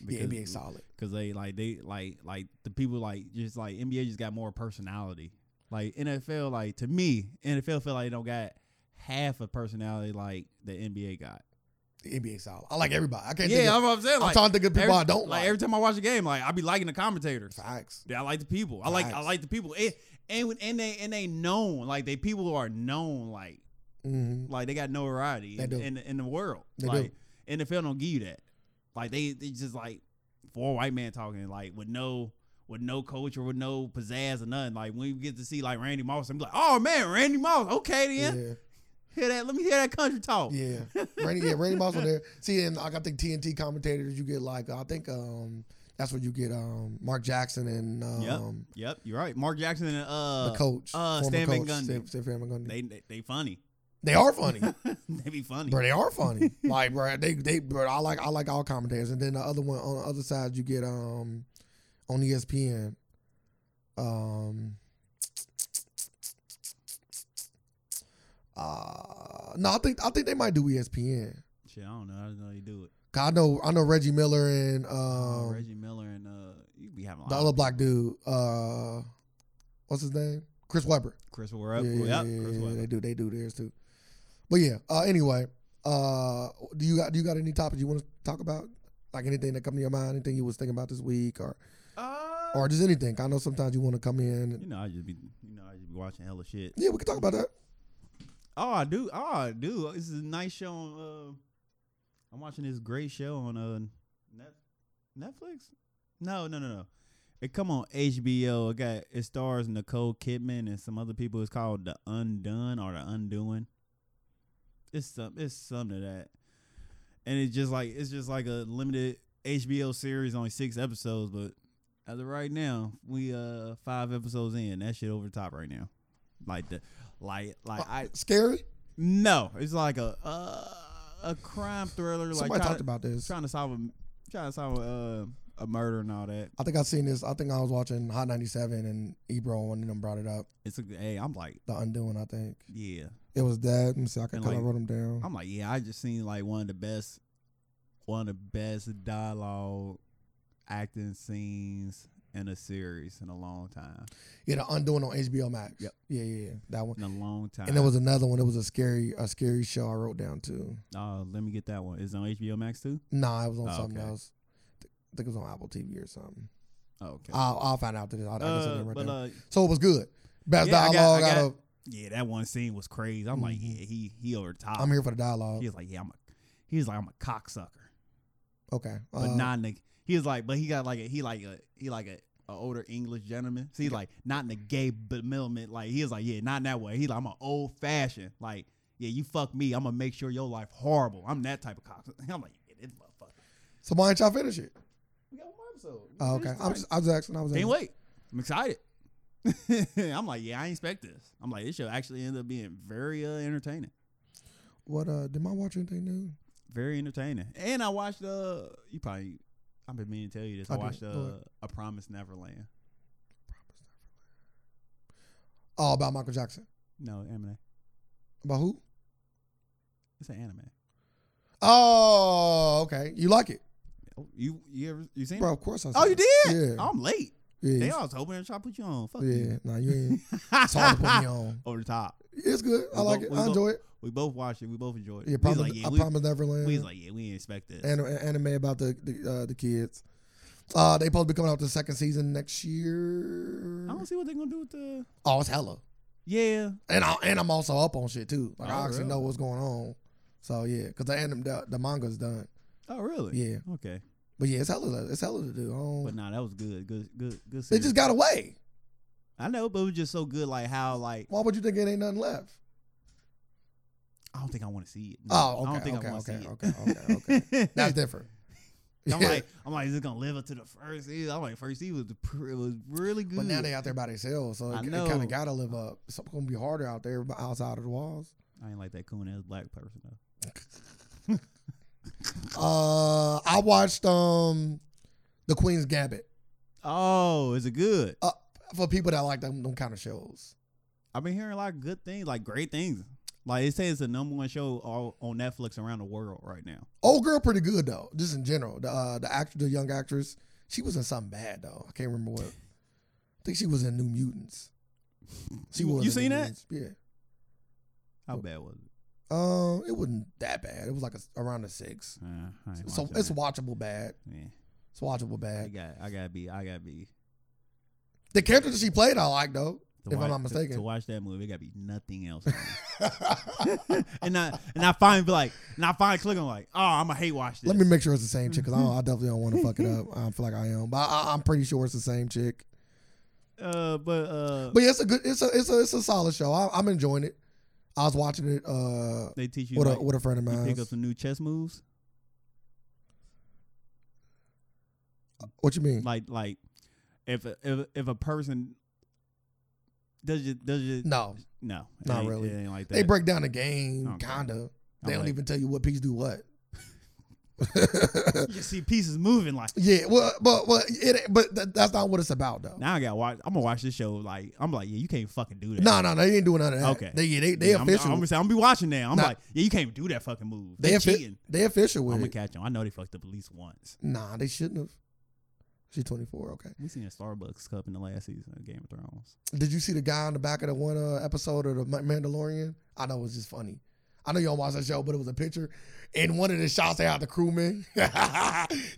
yeah, NBA solid. because they like they like like the people like just like NBA just got more personality. Like NFL, like to me, NFL feel like they don't got half a personality like the NBA got. The NBA solid. I like everybody. I can't. think Yeah, of, I'm, I'm saying I'm like trying to think of people every, I don't like. like every time I watch a game, like I be liking the commentators. Facts. Yeah, I like the people. I like I Facts. like the people. And and when- and they and they known like they people are known like hmm like they got notoriety They in, do. in in the world. They do. like NFL don't give you that. Like they they just like four white men talking like with no with no coach or with no pizzazz or nothing. Like when you get to see like Randy Moss, I'm like, oh man, Randy Moss, okay Yeah. then. Hear that? Let me hear that country talk. Yeah, Randy, yeah, Randy Moss was there. See, and like I think TNT commentators, you get like I think um that's where you get um Mark Jackson and Yep. um Yep, you're right. Mark Jackson and uh, the coach, uh, former Stan Van coach, Gundy. Stan, Stan Van Gundy. They, They, they they funny. are funny, they be funny. bro. They are funny. like, bro, they they bro. I like I like all commentators. And then the other one on the other side, you get um on ESPN, um. Uh, no, I think I think they might do E ESPN. Shit, I don't know. I don't know how you do it. 'Cause I know I know Reggie Miller and Oh, um, Reggie Miller and uh, you be having a the lot other of black dude. Uh, what's his name? Chris Webber. Chris Webber. yep, Chris Webber. they do they do theirs too. But yeah. Uh, anyway, uh, do you got do you got any topics you want to talk about? Like anything that come to your mind, anything you was thinking about this week, or Uh, or just anything. I know sometimes you want to come in. You And, know, I just be, you know, I just be watching hella shit. yeah, we can talk about that. Oh, I do. Oh, I do. This is a nice show. On, uh, I'm watching this great show on uh, Net- Netflix. No, no, no, no. It come on HBO. It got it stars Nicole Kidman and some other people. It's called The Undone or The Undoing. It's some. It's some to that. And it's just like it's just like a limited HBO series, only six episodes. But as of right now, we uh five episodes in. That shit over the top right now. Like the like like I Uh, Scary. no, it's like a uh, a crime thriller. Like Somebody trying, talked to, about this. trying to solve a trying to solve a, uh, a murder and all that. I think I seen this. I think I was watching Hot 97 and Ebro one of them brought it up. It's a hey, I'm like The Undoing, I think. yeah, It was that. Let me see. I kind And, of like, wrote them down. I'm like yeah. I just seen like one of the best, one of the best dialogue, acting scenes in a series in a long time. Yeah, the Undoing on HBO Max. Yep. Yeah, yeah, yeah. That one. In a long time. And there was another one. It was a scary, a scary show I wrote down too. Oh, let me get that one. Is it on HBO Max too? Nah, it was on Oh, something okay. else. I think it was on Apple TV or something. Oh, okay. I'll, I'll find out today. I'll, I can send Uh, it right but now. uh, so it was good. Best Yeah, I got- dialogue I out got- of. yeah, that one scene was crazy. I'm like, Mhm. yeah, he he over the top. I'm here for the dialogue. He was like, yeah, I'm a. He was like, I'm a cocksucker. Okay. but uh, not in the. He was like, but he got like a he like a he like a, a older English gentleman. So he's like not in the gay bemilment. Like he was like, yeah, not in that way. He like I'm an old fashioned. Like yeah, you fuck me. I'm gonna make sure your life horrible. I'm that type of cock. I'm like, yeah, this motherfucker. So why didn't y'all finish it? We got one more episode. We Oh, finished okay. I'm tonight. just, I was asking. I was Can't asking. wait. I'm excited. I'm like, yeah, I ain't expect this. I'm like, this show actually ended up being very uh, entertaining. What uh? Did my watch anything new? Very entertaining. And I watched uh you probably I've been meaning to tell you this. I, I do. watched uh Go ahead. A Promise Neverland. Oh, about Michael Jackson. No, anime. About who? It's an anime. Oh, okay. You like it, Oh, You you ever you seen bro? it? Of course I. Oh, saw you it. did? Yeah. I'm late. Yeah. They you- all was hoping to try to put you on. Fuck yeah. you. Nah, you ain't. It's hard to put me on. Over the top. It's good. I We like both- it. we I both- enjoy it. We both watched it. We both enjoyed it. Yeah, we was promise, like, yeah, I we, promise Neverland. we was like, yeah, we didn't expect this. An- anime about the the, uh, the kids. Uh, they supposed to be coming out the second season next year. I don't see what they're gonna do with the. Oh, it's hella. Yeah, and I and I'm also up on shit too. Like Oh, I actually really? know what's going on. So yeah, because the and the, the manga's done. Oh really? Yeah, Okay. but yeah, it's hella it's hella to do. I don't- But nah, that was good. Good good good they series. just got away. I know, but it was just so good like how like Why would you think it ain't nothing left? I don't think I want to see it. No, Oh, I okay, don't think okay, I want to okay, see it. okay, okay, okay. That's different. I'm Yeah. like, I'm like, is it gonna live up to the first season? I'm like, first season was pr- it was really good. but now they out there by themselves, so I it, know. kind of gotta live up. It's gonna be harder out there but outside of the walls. I ain't like that coon ass black person though. Uh, I watched um, The Queen's Gambit Oh, is it good? Uh, for people that like them, them kind of shows. I've been hearing a lot of good things, like great things. Like it says it's the number one show all, on Netflix around the world right now. Old girl, pretty good though. Just in general, the uh, the actor, the young actress, she was in something bad though. I can't remember what. I think she was in New Mutants. She You- was. you in New seen that? Mutants, Yeah. How bad was it? Um, it wasn't that bad. It was like a, around a six. Uh, I ain't So watching it's that. watchable bad. yeah. It's watchable I bad. got I gotta be I gotta be. The character that she played, I like though. to If I'm watch- not to- to, mistaken. watch that movie, it gotta be nothing else. on there. and I and I finally be like, and I finally click on like, oh, I'm gonna hate watch this. Let me make sure it's the same chick because I, Mm-hmm. don't- I definitely don't want to fuck it up. I don't feel like I am, but I, I- I'm pretty sure it's the same chick. uh, but uh, But yeah, it's a good, it's a, it's a, it's a solid show. I, I'm enjoying it. I was watching it uh they teach you with like, a with a friend of you mine. pick up some new chess moves, What you mean? like like if a- if a- if a person does you does you no, no it Not ain't- really. it ain't like that. they break down the game, Okay. kinda. I'm They don't like- even tell you what piece do what. you just see pieces moving like. yeah, well, but but it, but that, that's not what it's about though. Now I gotta watch. I'm gonna watch this show. Like I'm like, yeah, you can't fucking do that. No, no, no, they ain't doing none of that. Okay. they yeah, they they Yeah, I'm, official. I'm, gonna say, I'm gonna be watching now. I'm Nah. like, yeah, you can't do that fucking move. they They offi- cheating. they official I'm with gonna it. catch them. I know they fucked up at least once. Nah, they shouldn't have. She's 24. Okay. We seen a Starbucks cup in the last season of Game of Thrones. Did you see the guy on the back of the one uh, episode of the Ma- Mandalorian? I know it was just funny. I know y'all watch that show, but it was a picture. And one of the shots they had the crewman.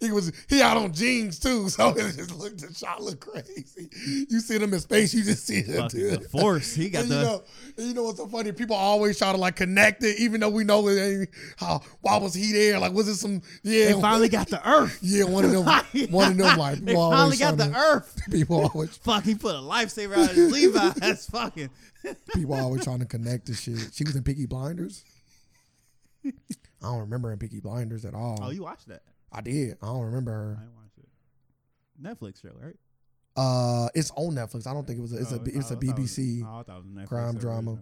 he was he out on jeans too, so it just looked the shot looked crazy. You see them in space, you just see them. Fucking the dude. Force. He got And you the. know, and you know what's so funny? People always try to like connect it, even though we know it ain't how why was he there? Like was it some yeah They finally got the Earth. yeah one of them one of them like they people always finally got the tryna- Earth. people always Fuck, he put a lifesaver out of his Levi's. That's fucking. People always trying to connect the shit. She was in Peaky Blinders. I don't remember her in Peaky Blinders at all. Oh, you watched that? I did. I don't remember I her. didn't watch it. Netflix show, right? Uh, it's on Netflix. I don't think it was. A, it's Oh, a. It's I a thought it was- BBC. oh, I thought it was Netflix crime or- drama.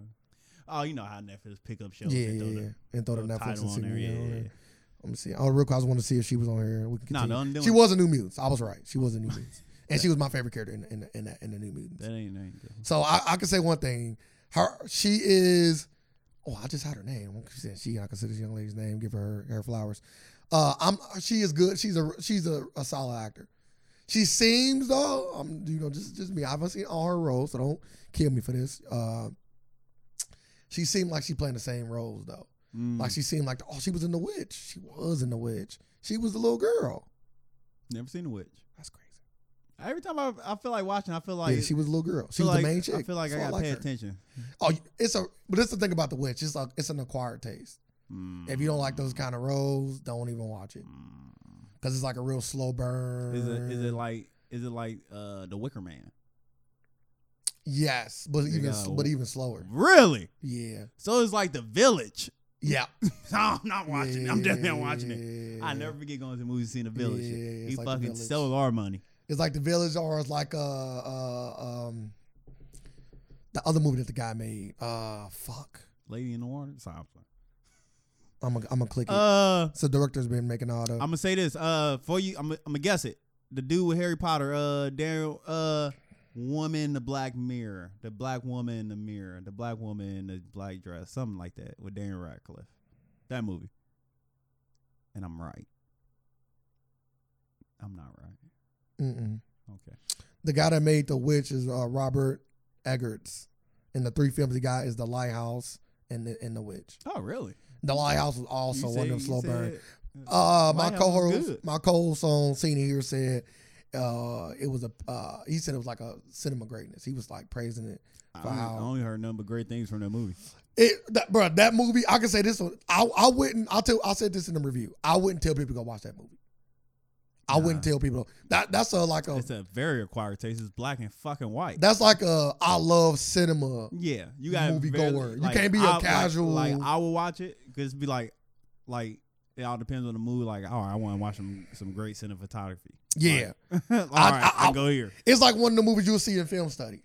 Oh, you know how Netflix pick up shows. Yeah, and yeah, throw the- yeah. And throw the throw the Netflix title and on see. there, yeah, yeah, yeah, yeah, yeah. yeah. Let me see. Oh, real quick. I just want to see if she was on here. We can Nah, continue. no, I'm doing- she was a New Mutants. I was right. She was a New Mutants, and she was my favorite character in in in, that- in the New Mutants. That ain't, ain't good. So I, I can say one thing. Her she is oh, I just had her name. She said she, I consider this young lady's name, give her her flowers. Uh I'm she is good. She's a she's a, a solid actor. She seems though, um, you know, just just me. I haven't seen all her roles, so don't kill me for this. Uh she seemed like she playing the same roles though. Mm, Like she seemed like oh, she was in the witch. She was in the witch. She was the little girl. never seen a witch. That's crazy. Every time I, I feel like watching, I feel like yeah, she was a little girl. She feel was like, the main chick. I feel like I So gotta liked pay her. attention. Oh, you- it's a but that's the thing about the witch. It's like it's an acquired taste. If you don't like those kind of roles, don't even watch Mm. it because it's like a real slow burn. Is it is it like is it like uh the Wicker Man? yes, but You even gotta- but even slower. Really? Yeah, So it's like the village. yeah. No, I'm not watching it. I'm definitely not watching it. it. I never forget going to the movies and seeing the village. Yeah, yeah, he it's like The fucking Village. stole our money. It's like the village, or it's like uh, uh um the other movie that the guy made. Uh, fuck. Lady in the water. Sorry, I'm playing. I'm gonna I'm gonna click it. Uh so director's been making all the. I'm gonna say this. Uh for you I'm, I'm gonna guess it. The dude with Harry Potter, uh Daniel uh woman in the black mirror. The black woman in the mirror. The black woman in the black dress. Something like that with Daniel Radcliffe. That movie. And I'm right. I'm not right. Mm-mm. Okay. the guy that made the witch is uh, Robert Eggers, and the three films he got is the Lighthouse and the and the Witch. Oh really? The Lighthouse was also You one said- of them you slow said- burn. Uh, my Lighthouse was co-host, good. my co-host on Cena here said uh, it was a uh, he said it was like a cinema greatness. He was like praising it. I, for only, how- I only heard nothing but great things from that movie. It, that, bro, that movie. I can say this one. I, I wouldn't. I'll tell. I said this in the review. I wouldn't tell people to go watch that movie. I wouldn't Nah. tell people that. That's a like a. It's a very acquired taste. It's black and fucking white. That's like a. I love cinema. yeah, you got to movie goer. You can't be a casual- Like, I will watch it because be like, like it all depends on the mood. Like, all right, I want to watch some some great cinematography. Yeah, like, all right, I- I, I- go here. it's like one of the movies you'll see in film study.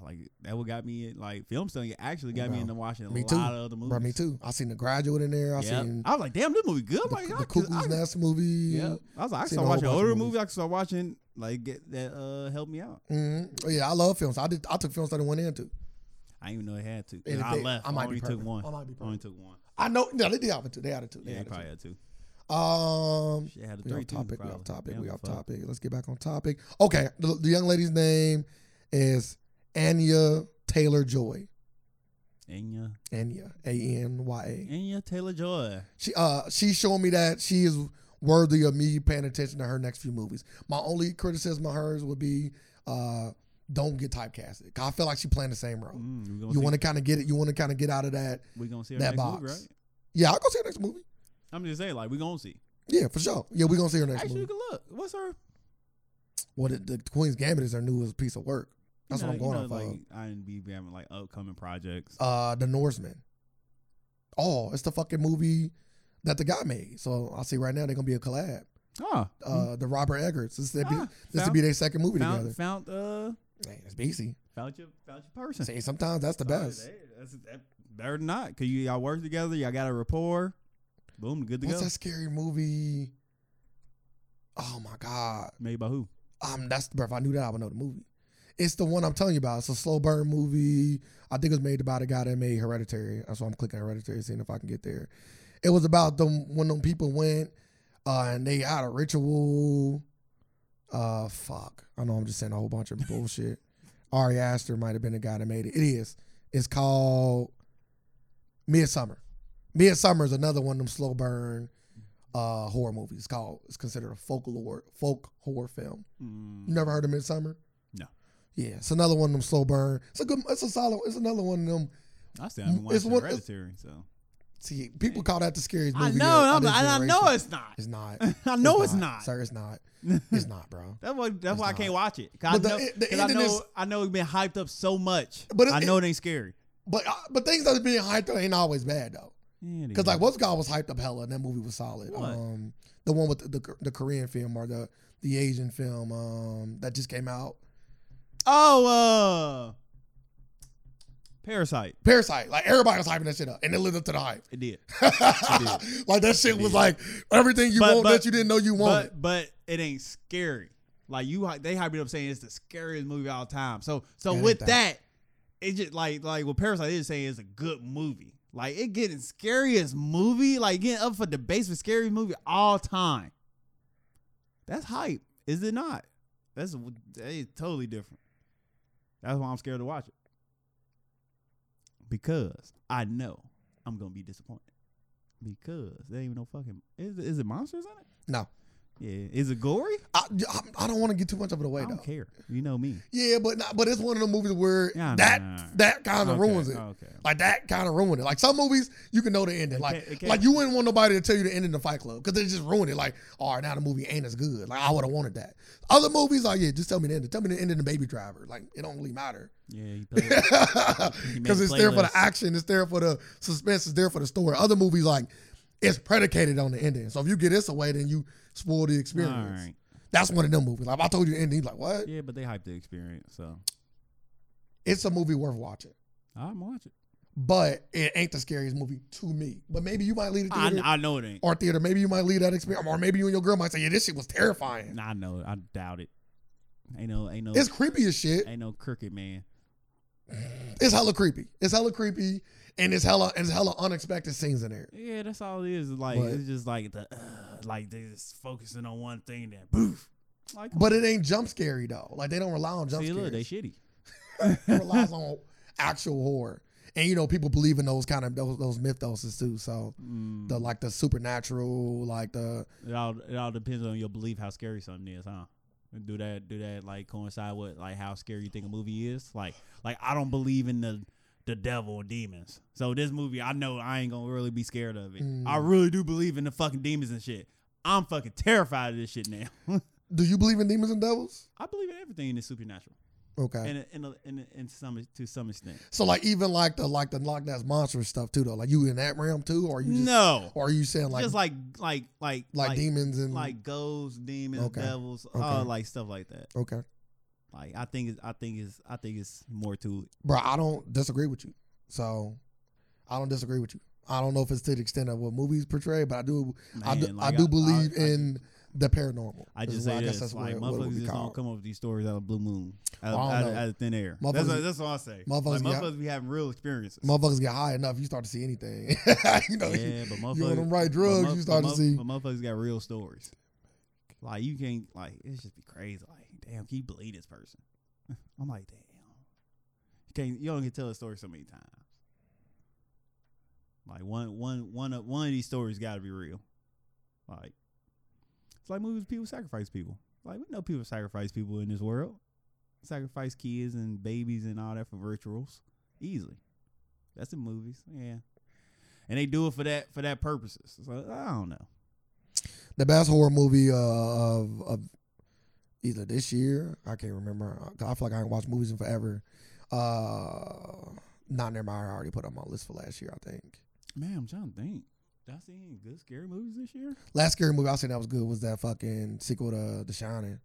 I like it. that. What got me in, like film study actually got me Bro, into watching a me lot too. of other movies. Bro, me too. I seen The Graduate in there. I Yeah, seen I was like, damn, this movie good. I'm the, like, the I, could- Cuckoo's I, Nest movie. yeah, I was like, I Seen started a whole watching bunch of older movies. movies. I started watching like get that uh helped me out. hmm yeah, I love films. I did. I took film study one and two. I didn't even know it had to. And if I they- left. I I, might be only took perfect. one. I might be only perfect. took one. I know. No, they did have a two. They had a two. They Yeah, had a probably two. had two. Um, Shit had a We three off too. topic. We probably. off topic. Damn, We off fuck. topic. Let's get back on topic. Okay, the, the young lady's name is Anya Taylor Joy. Anya, Anya, A N Y A. Anya Taylor Joy. She uh she's showing me that she is worthy of me paying attention to her next few movies. My only criticism of hers would be uh don't get typecasted. 'Cause I feel like she playing the same role. Mm, we gonna You see, want to kind of get it. You want to kind of get out of that. we gonna see her that next movie, box. right? Yeah, I'll go see her next movie. I'm just saying, like we gonna see. Yeah, for sure. Yeah, we gonna see her next Actually, you movie. can look. What's her? you Well, the, the Queen's Gambit is her newest piece of work. That's know- what I'm going you know, off of. Like I didn't be having like upcoming projects. uh the Norseman. Oh, it's the fucking movie that the guy made. So I see right now they're gonna be a collab. Ah, Uh, the Robert Eggers. This would be Ah, this would found- be their second movie found together. found uh Man, it's BC. found your found your person. See, sometimes that's the Sorry, best. they- that's- that- better than not, cause you y'all work together, y'all got a rapport. Boom, good to What's go. that scary movie? Oh my god. Made by who? Um, that's bro. If I knew that, I would know the movie. It's the one I'm telling you about. It's a slow burn movie. I think it was made by the guy that made Hereditary. That's why I'm clicking Hereditary, seeing if I can get there. It was about them when them people went uh, and they had a ritual. Uh, fuck. I know I'm just saying a whole bunch of bullshit. Ari Aster might have been the guy that made it. It is. It's called Midsummer. Midsummer is another one of them slow burn uh, horror movies. It's called. It's considered a folklore folk horror film. Mm, You never heard of Midsummer? No. Yeah, it's another one of them slow burn. It's a good. It's a solid. It's another one of them. I still haven't It's watched one- Hereditary, so See, people call that the scariest movie. I of- know, of and I'm this like, I know generation. it's not. It's not. I know it's not. sir. It's not. It's that's not, bro. why. That's It's why I not. can't watch it. 'Cause But the I know, e- the 'cause I ending know, is- I know it's been hyped up so much. But But it- I know it ain't scary. But uh, but things that are being hyped up ain't always bad though. Because like what's God was hyped up hella, and that movie was solid. What? Um, the one with the, the the Korean film or the the Asian film um that just came out. oh, uh, Parasite. Parasite. Like everybody was hyping that shit up, and it lived up to the hype. It did, like that shit was like everything you But- want but- that you didn't know you but wanted. but it ain't scary. Like you, hy- they hyped it up saying it's the scariest movie of all time. So so It ain't with that. that. it just like like what Parasite is saying is a good movie. Like it getting scariest movie, like getting up for debates for scariest movie all time. That's hype, is it not? That's that is totally different. That's why I'm scared to watch it because I know I'm gonna be disappointed. Because there ain't no fucking is is it monsters in it? no, Yeah, is it gory? I, I, I don't want to get too much of it away I though. don't care. You know me. Yeah, but not, but it's one of the movies where Yeah, I know, that I know, I know. that kind of okay, ruins it. Okay. Like that kind of ruined it. Like some movies, you can know the ending. It Like can't- it can't- like you wouldn't want nobody to tell you the ending of Fight Club because they just ruined it. Like all right, now the movie ain't as good. Like I would have wanted that. Other movies, like yeah, just tell me the ending. Tell me the ending of Baby Driver. Like it don't really matter Yeah, you play it. made because it's there for the playlists. action. It's there for the suspense. It's there for the story. Other movies like it's predicated on the ending. So if you get this away, then you spoil the All experience. right. That's one of them movies. Like if I told you the ending, you like what? Yeah, but they hyped the experience, so It's a movie worth watching. I'm watch it. but it ain't the scariest movie to me. But maybe you might leave the I, theater I know it ain't. or theater. Maybe you might leave that experience, or maybe you and your girl might say, "Yeah, this shit was terrifying. Nah, I know. it. I doubt it. Ain't no, ain't no, It's creepy as shit. ain't no crooked man. It's hella creepy. It's hella creepy, and it's hella and it's hella unexpected scenes in there. Yeah, that's all it is. It's Like But- it's just like the, uh, like they just focusing on one thing. Then poof. Like, But it ain't jump scary though. Like they don't rely on jump see, look, they scares. shitty. It relies on actual horror, and you know people believe in those kind of those those mythoses too. So Mm, the like the supernatural, like the it all, it all depends on your belief how scary something is, huh? And Do that do that like coincide with like how scary you think a movie is? Like like I don't believe in the the devil and demons. So this movie I know I ain't gonna really be scared of it. I Mm. really do believe in the fucking demons and shit. I'm fucking terrified of this shit now. Do you believe in demons and devils? I believe in everything that's supernatural. Okay. And in a, in a, in some to some extent. so like even like the like the Loch Ness monster stuff too though. Like you in that realm too, or you just, no. or are you saying like just like, like like like demons and like ghosts, demons, Okay. devils, Okay. all like stuff like that. okay, Like I think it's I think it's I think it's more to it. bro? I don't disagree with you. So I don't disagree with you. I don't know if it's to the extent of what movies portray, but I do I do, Man, I like, do believe I- I- in the paranormal. I is just what- say this, that's like what it would motherfuckers be just don't called. come up with these stories out of blue moon, out, Well, I out, don't of, know. out of thin air. Motherfuckers- That's what, that's what I say. motherfuckers like, get- motherfuckers be having real experiences. Motherfuckers get high enough, you start to see anything. you know, yeah, but motherfuckers, you on them right but drugs, mo- you start but to mo- see. But motherfuckers got real stories. Like you can't like it's just be crazy. Like damn, can you believe this person? I'm like damn, you can't. You only can tell a story so many times. Like one one one of one of these stories got to be real. Like it's like movies. People sacrifice people. Like we know people sacrifice people in this world. Sacrifice kids and babies and all that for virtuals easily. That's in movies. Yeah and they do it for that for that purposes. So I don't know. the best horror movie uh, of, of either this year. I can't remember. I I feel like I ain't watched movies in forever. Uh, not near I already put on my list for last year. I think Man, I'm trying to think. Did I see any good scary movies this year? last scary movie I seen that was good was that fucking sequel to The Shining.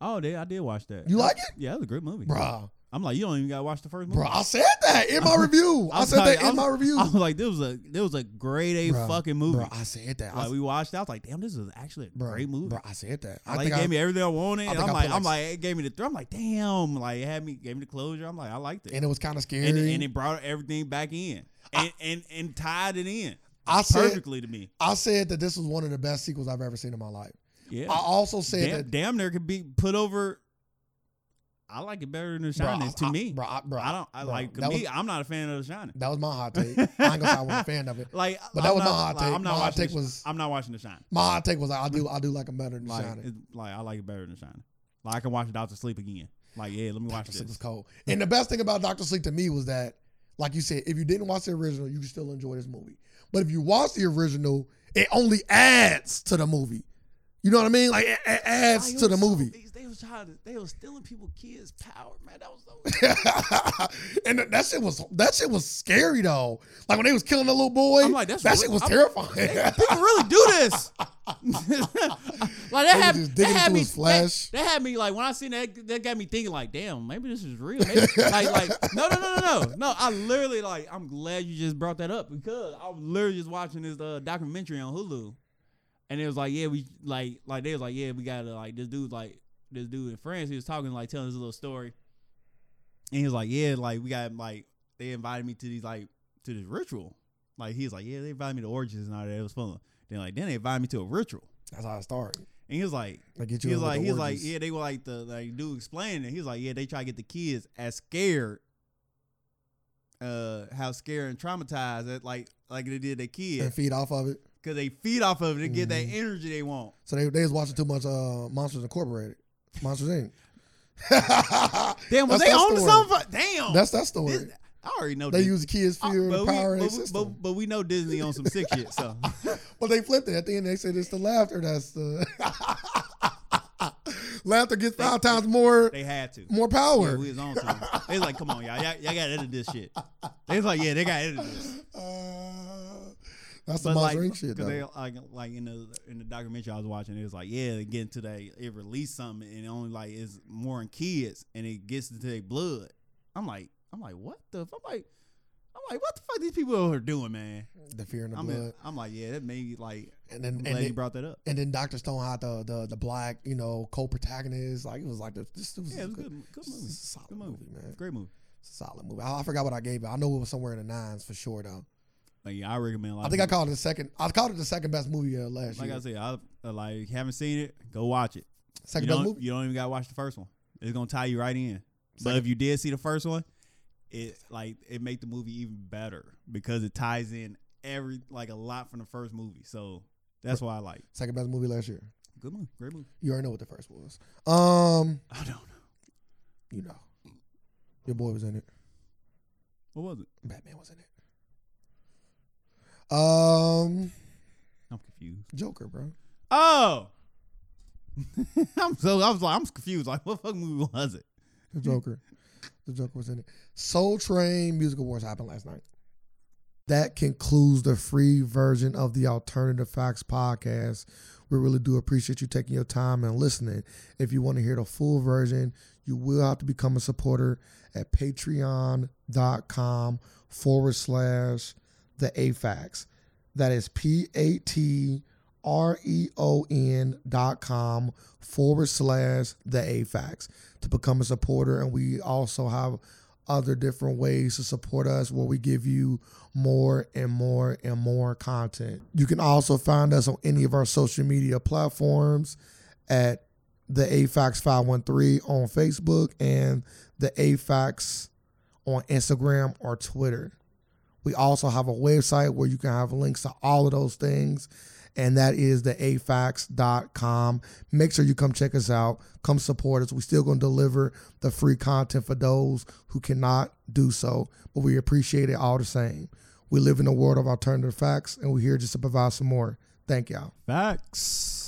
Oh, they, I did watch that. You like it, Yeah, that was a great movie. Bruh. I'm like, you don't even gotta watch the first movie. Bruh, I said that in my review. I I'm said that sorry, in my review. I was like, this was a this was a great A Bruh, fucking movie. Bruh, I said that. I, like we watched, it, I was like, damn, this is actually a bruh, great movie. bruh, I said that. I like it think gave I, me everything I wanted. I I think I am put like, I'm like- like, it gave me the. thrill. I'm like, damn, like it had me gave me the closure. I'm like, I liked it, and it was kind of scary. and, and it brought everything back in, and and, and tied it in I said- perfectly to me. I said that this was one of the best sequels I've ever seen in my life. Yeah, I also said damn, that damn near could be put over. I like it better than The Shining I- to I- me. bro, I, bro, I don't. I bro, like to that me. was- I'm not a fan of The Shining. That was my hot take. I ain't gonna say I wasn't a fan of it. Like, I'm But that was my not- hot like, take. I'm not My hot watching. The take Sh- was- I'm not watching The Shining. My hot take was like, I do, I do like him better than Like, Shining. it, like I like it better than The Shining. Like, I can watch it after sleep again. Like, yeah, let me watch Doctor Sleep was this. cold. And the best thing about Doctor Sleep to me was that, like you said, if you didn't watch the original, you could still enjoy this movie. But if you watch the original, it only adds to the movie. You know what I mean? Like it, it adds Like, it to the was so- movie. they, they was trying to. They was stealing people kids' power, man. That was so. and that shit was that shit was scary though. Like when they was killing the little boy, I'm like, that's that real- shit was I'm- terrifying. people really do this. like They that was had, just that digging had through me his flesh. That, that had me like when I seen that that got me thinking like, damn, maybe this is real. Maybe- like like no no no no no no. I literally like I'm glad you just brought that up because I was literally just watching this uh, documentary on Hulu, and it was like yeah we like like they was like yeah we gotta like this dude like this dude in France he was talking like telling his little story, and he was like yeah like we got like they invited me to these like to this ritual. Like he was like, yeah, they invited me to orgies and all that. It was fun. Then like then they invited me to a ritual, That's how it started. and he was like, Like get you. he was in with like, the he was like, orgies. yeah, they were like the like dude explaining it. He was like, yeah, they try to get the kids as scared, uh, how scared and traumatized that like like they did their and kids feed off of it. because they feed off of it and get that Mhm. energy they want. So they they was watching too much uh Monsters Incorporated, Monsters Inc. Damn, was That's they that on to story. something? Damn, That's that story. Oh. This- I already know. they Dis- use the kids' I- fear but, and power we, but, in the we- system. but, but we know Disney on some sick shit. So But they flipped it at the end. They said it's the laughter that's the laughter gets five times more they had to. more Yeah, power. we was on to them. They was like, come on, y'all. Y'all, y'all got to edit this shit. They was like, yeah, they got to edit this. Uh, that's the But like, Monster Inc. shit cause though. they, like, like in the in the documentary I was watching, it was like, yeah, they get into that, it released something, and it only like is more in kids, and it gets into their blood. I'm like, I'm like, what the? f-" I'm like, I'm like, what the fuck these people are doing, man? the fear in the I'm, blood, I'm like, yeah, that made like, and I'm then and glad you then, brought that up. and then Doctor Stone had the, the the black you know co-protagonist. Like it was like the, this. was, Yeah, it was a good, good this is movie, a solid good movie, movie, man. great movie. Solid movie. I, I forgot what I gave it. I know it was somewhere in the nines for sure, though. Like, yeah, I recommend. a lot I of think I people- called it the second. I called it the second best movie of last like year. I said, I uh, like haven't seen it. Go watch it. second you best don't, movie. You don't even gotta watch the first one. It's gonna tie you right in. But Second- if you did see the first one, it like it make the movie even better because it ties in every like a lot from the first movie. So that's why I like Second best movie last year. Good move. Great move. You already know what the first was. Um, I don't know. you know, your boy was in it. What was it? Batman was in it. Um, I'm confused. Joker, bro. Oh. I'm so I was like I'm confused. Like what fuck movie was it? The Joker. the Joker was in it. Soul Train Music Awards happened last night. That concludes the free version of the Alternative Facts podcast. We really do appreciate you taking your time and listening. If you want to hear the full version, you will have to become a supporter at patreon.com forward slash the AFAX. That is P A T R E O N dot com forward slash the AFAX to become a supporter. And we also have other different ways to support us where we give you more and more and more content. You can also find us on any of our social media platforms at the AFAX 513 on Facebook and the AFAX on Instagram or Twitter. We also have a website where you can have links to all of those things, and that is the afax.com. Make sure you come check us out, come support us. We're still going to deliver the free content for those who cannot do so, but we appreciate it all the same. We live in a world of alternative facts, and we're here just to provide some more. Thank y'all. Facts.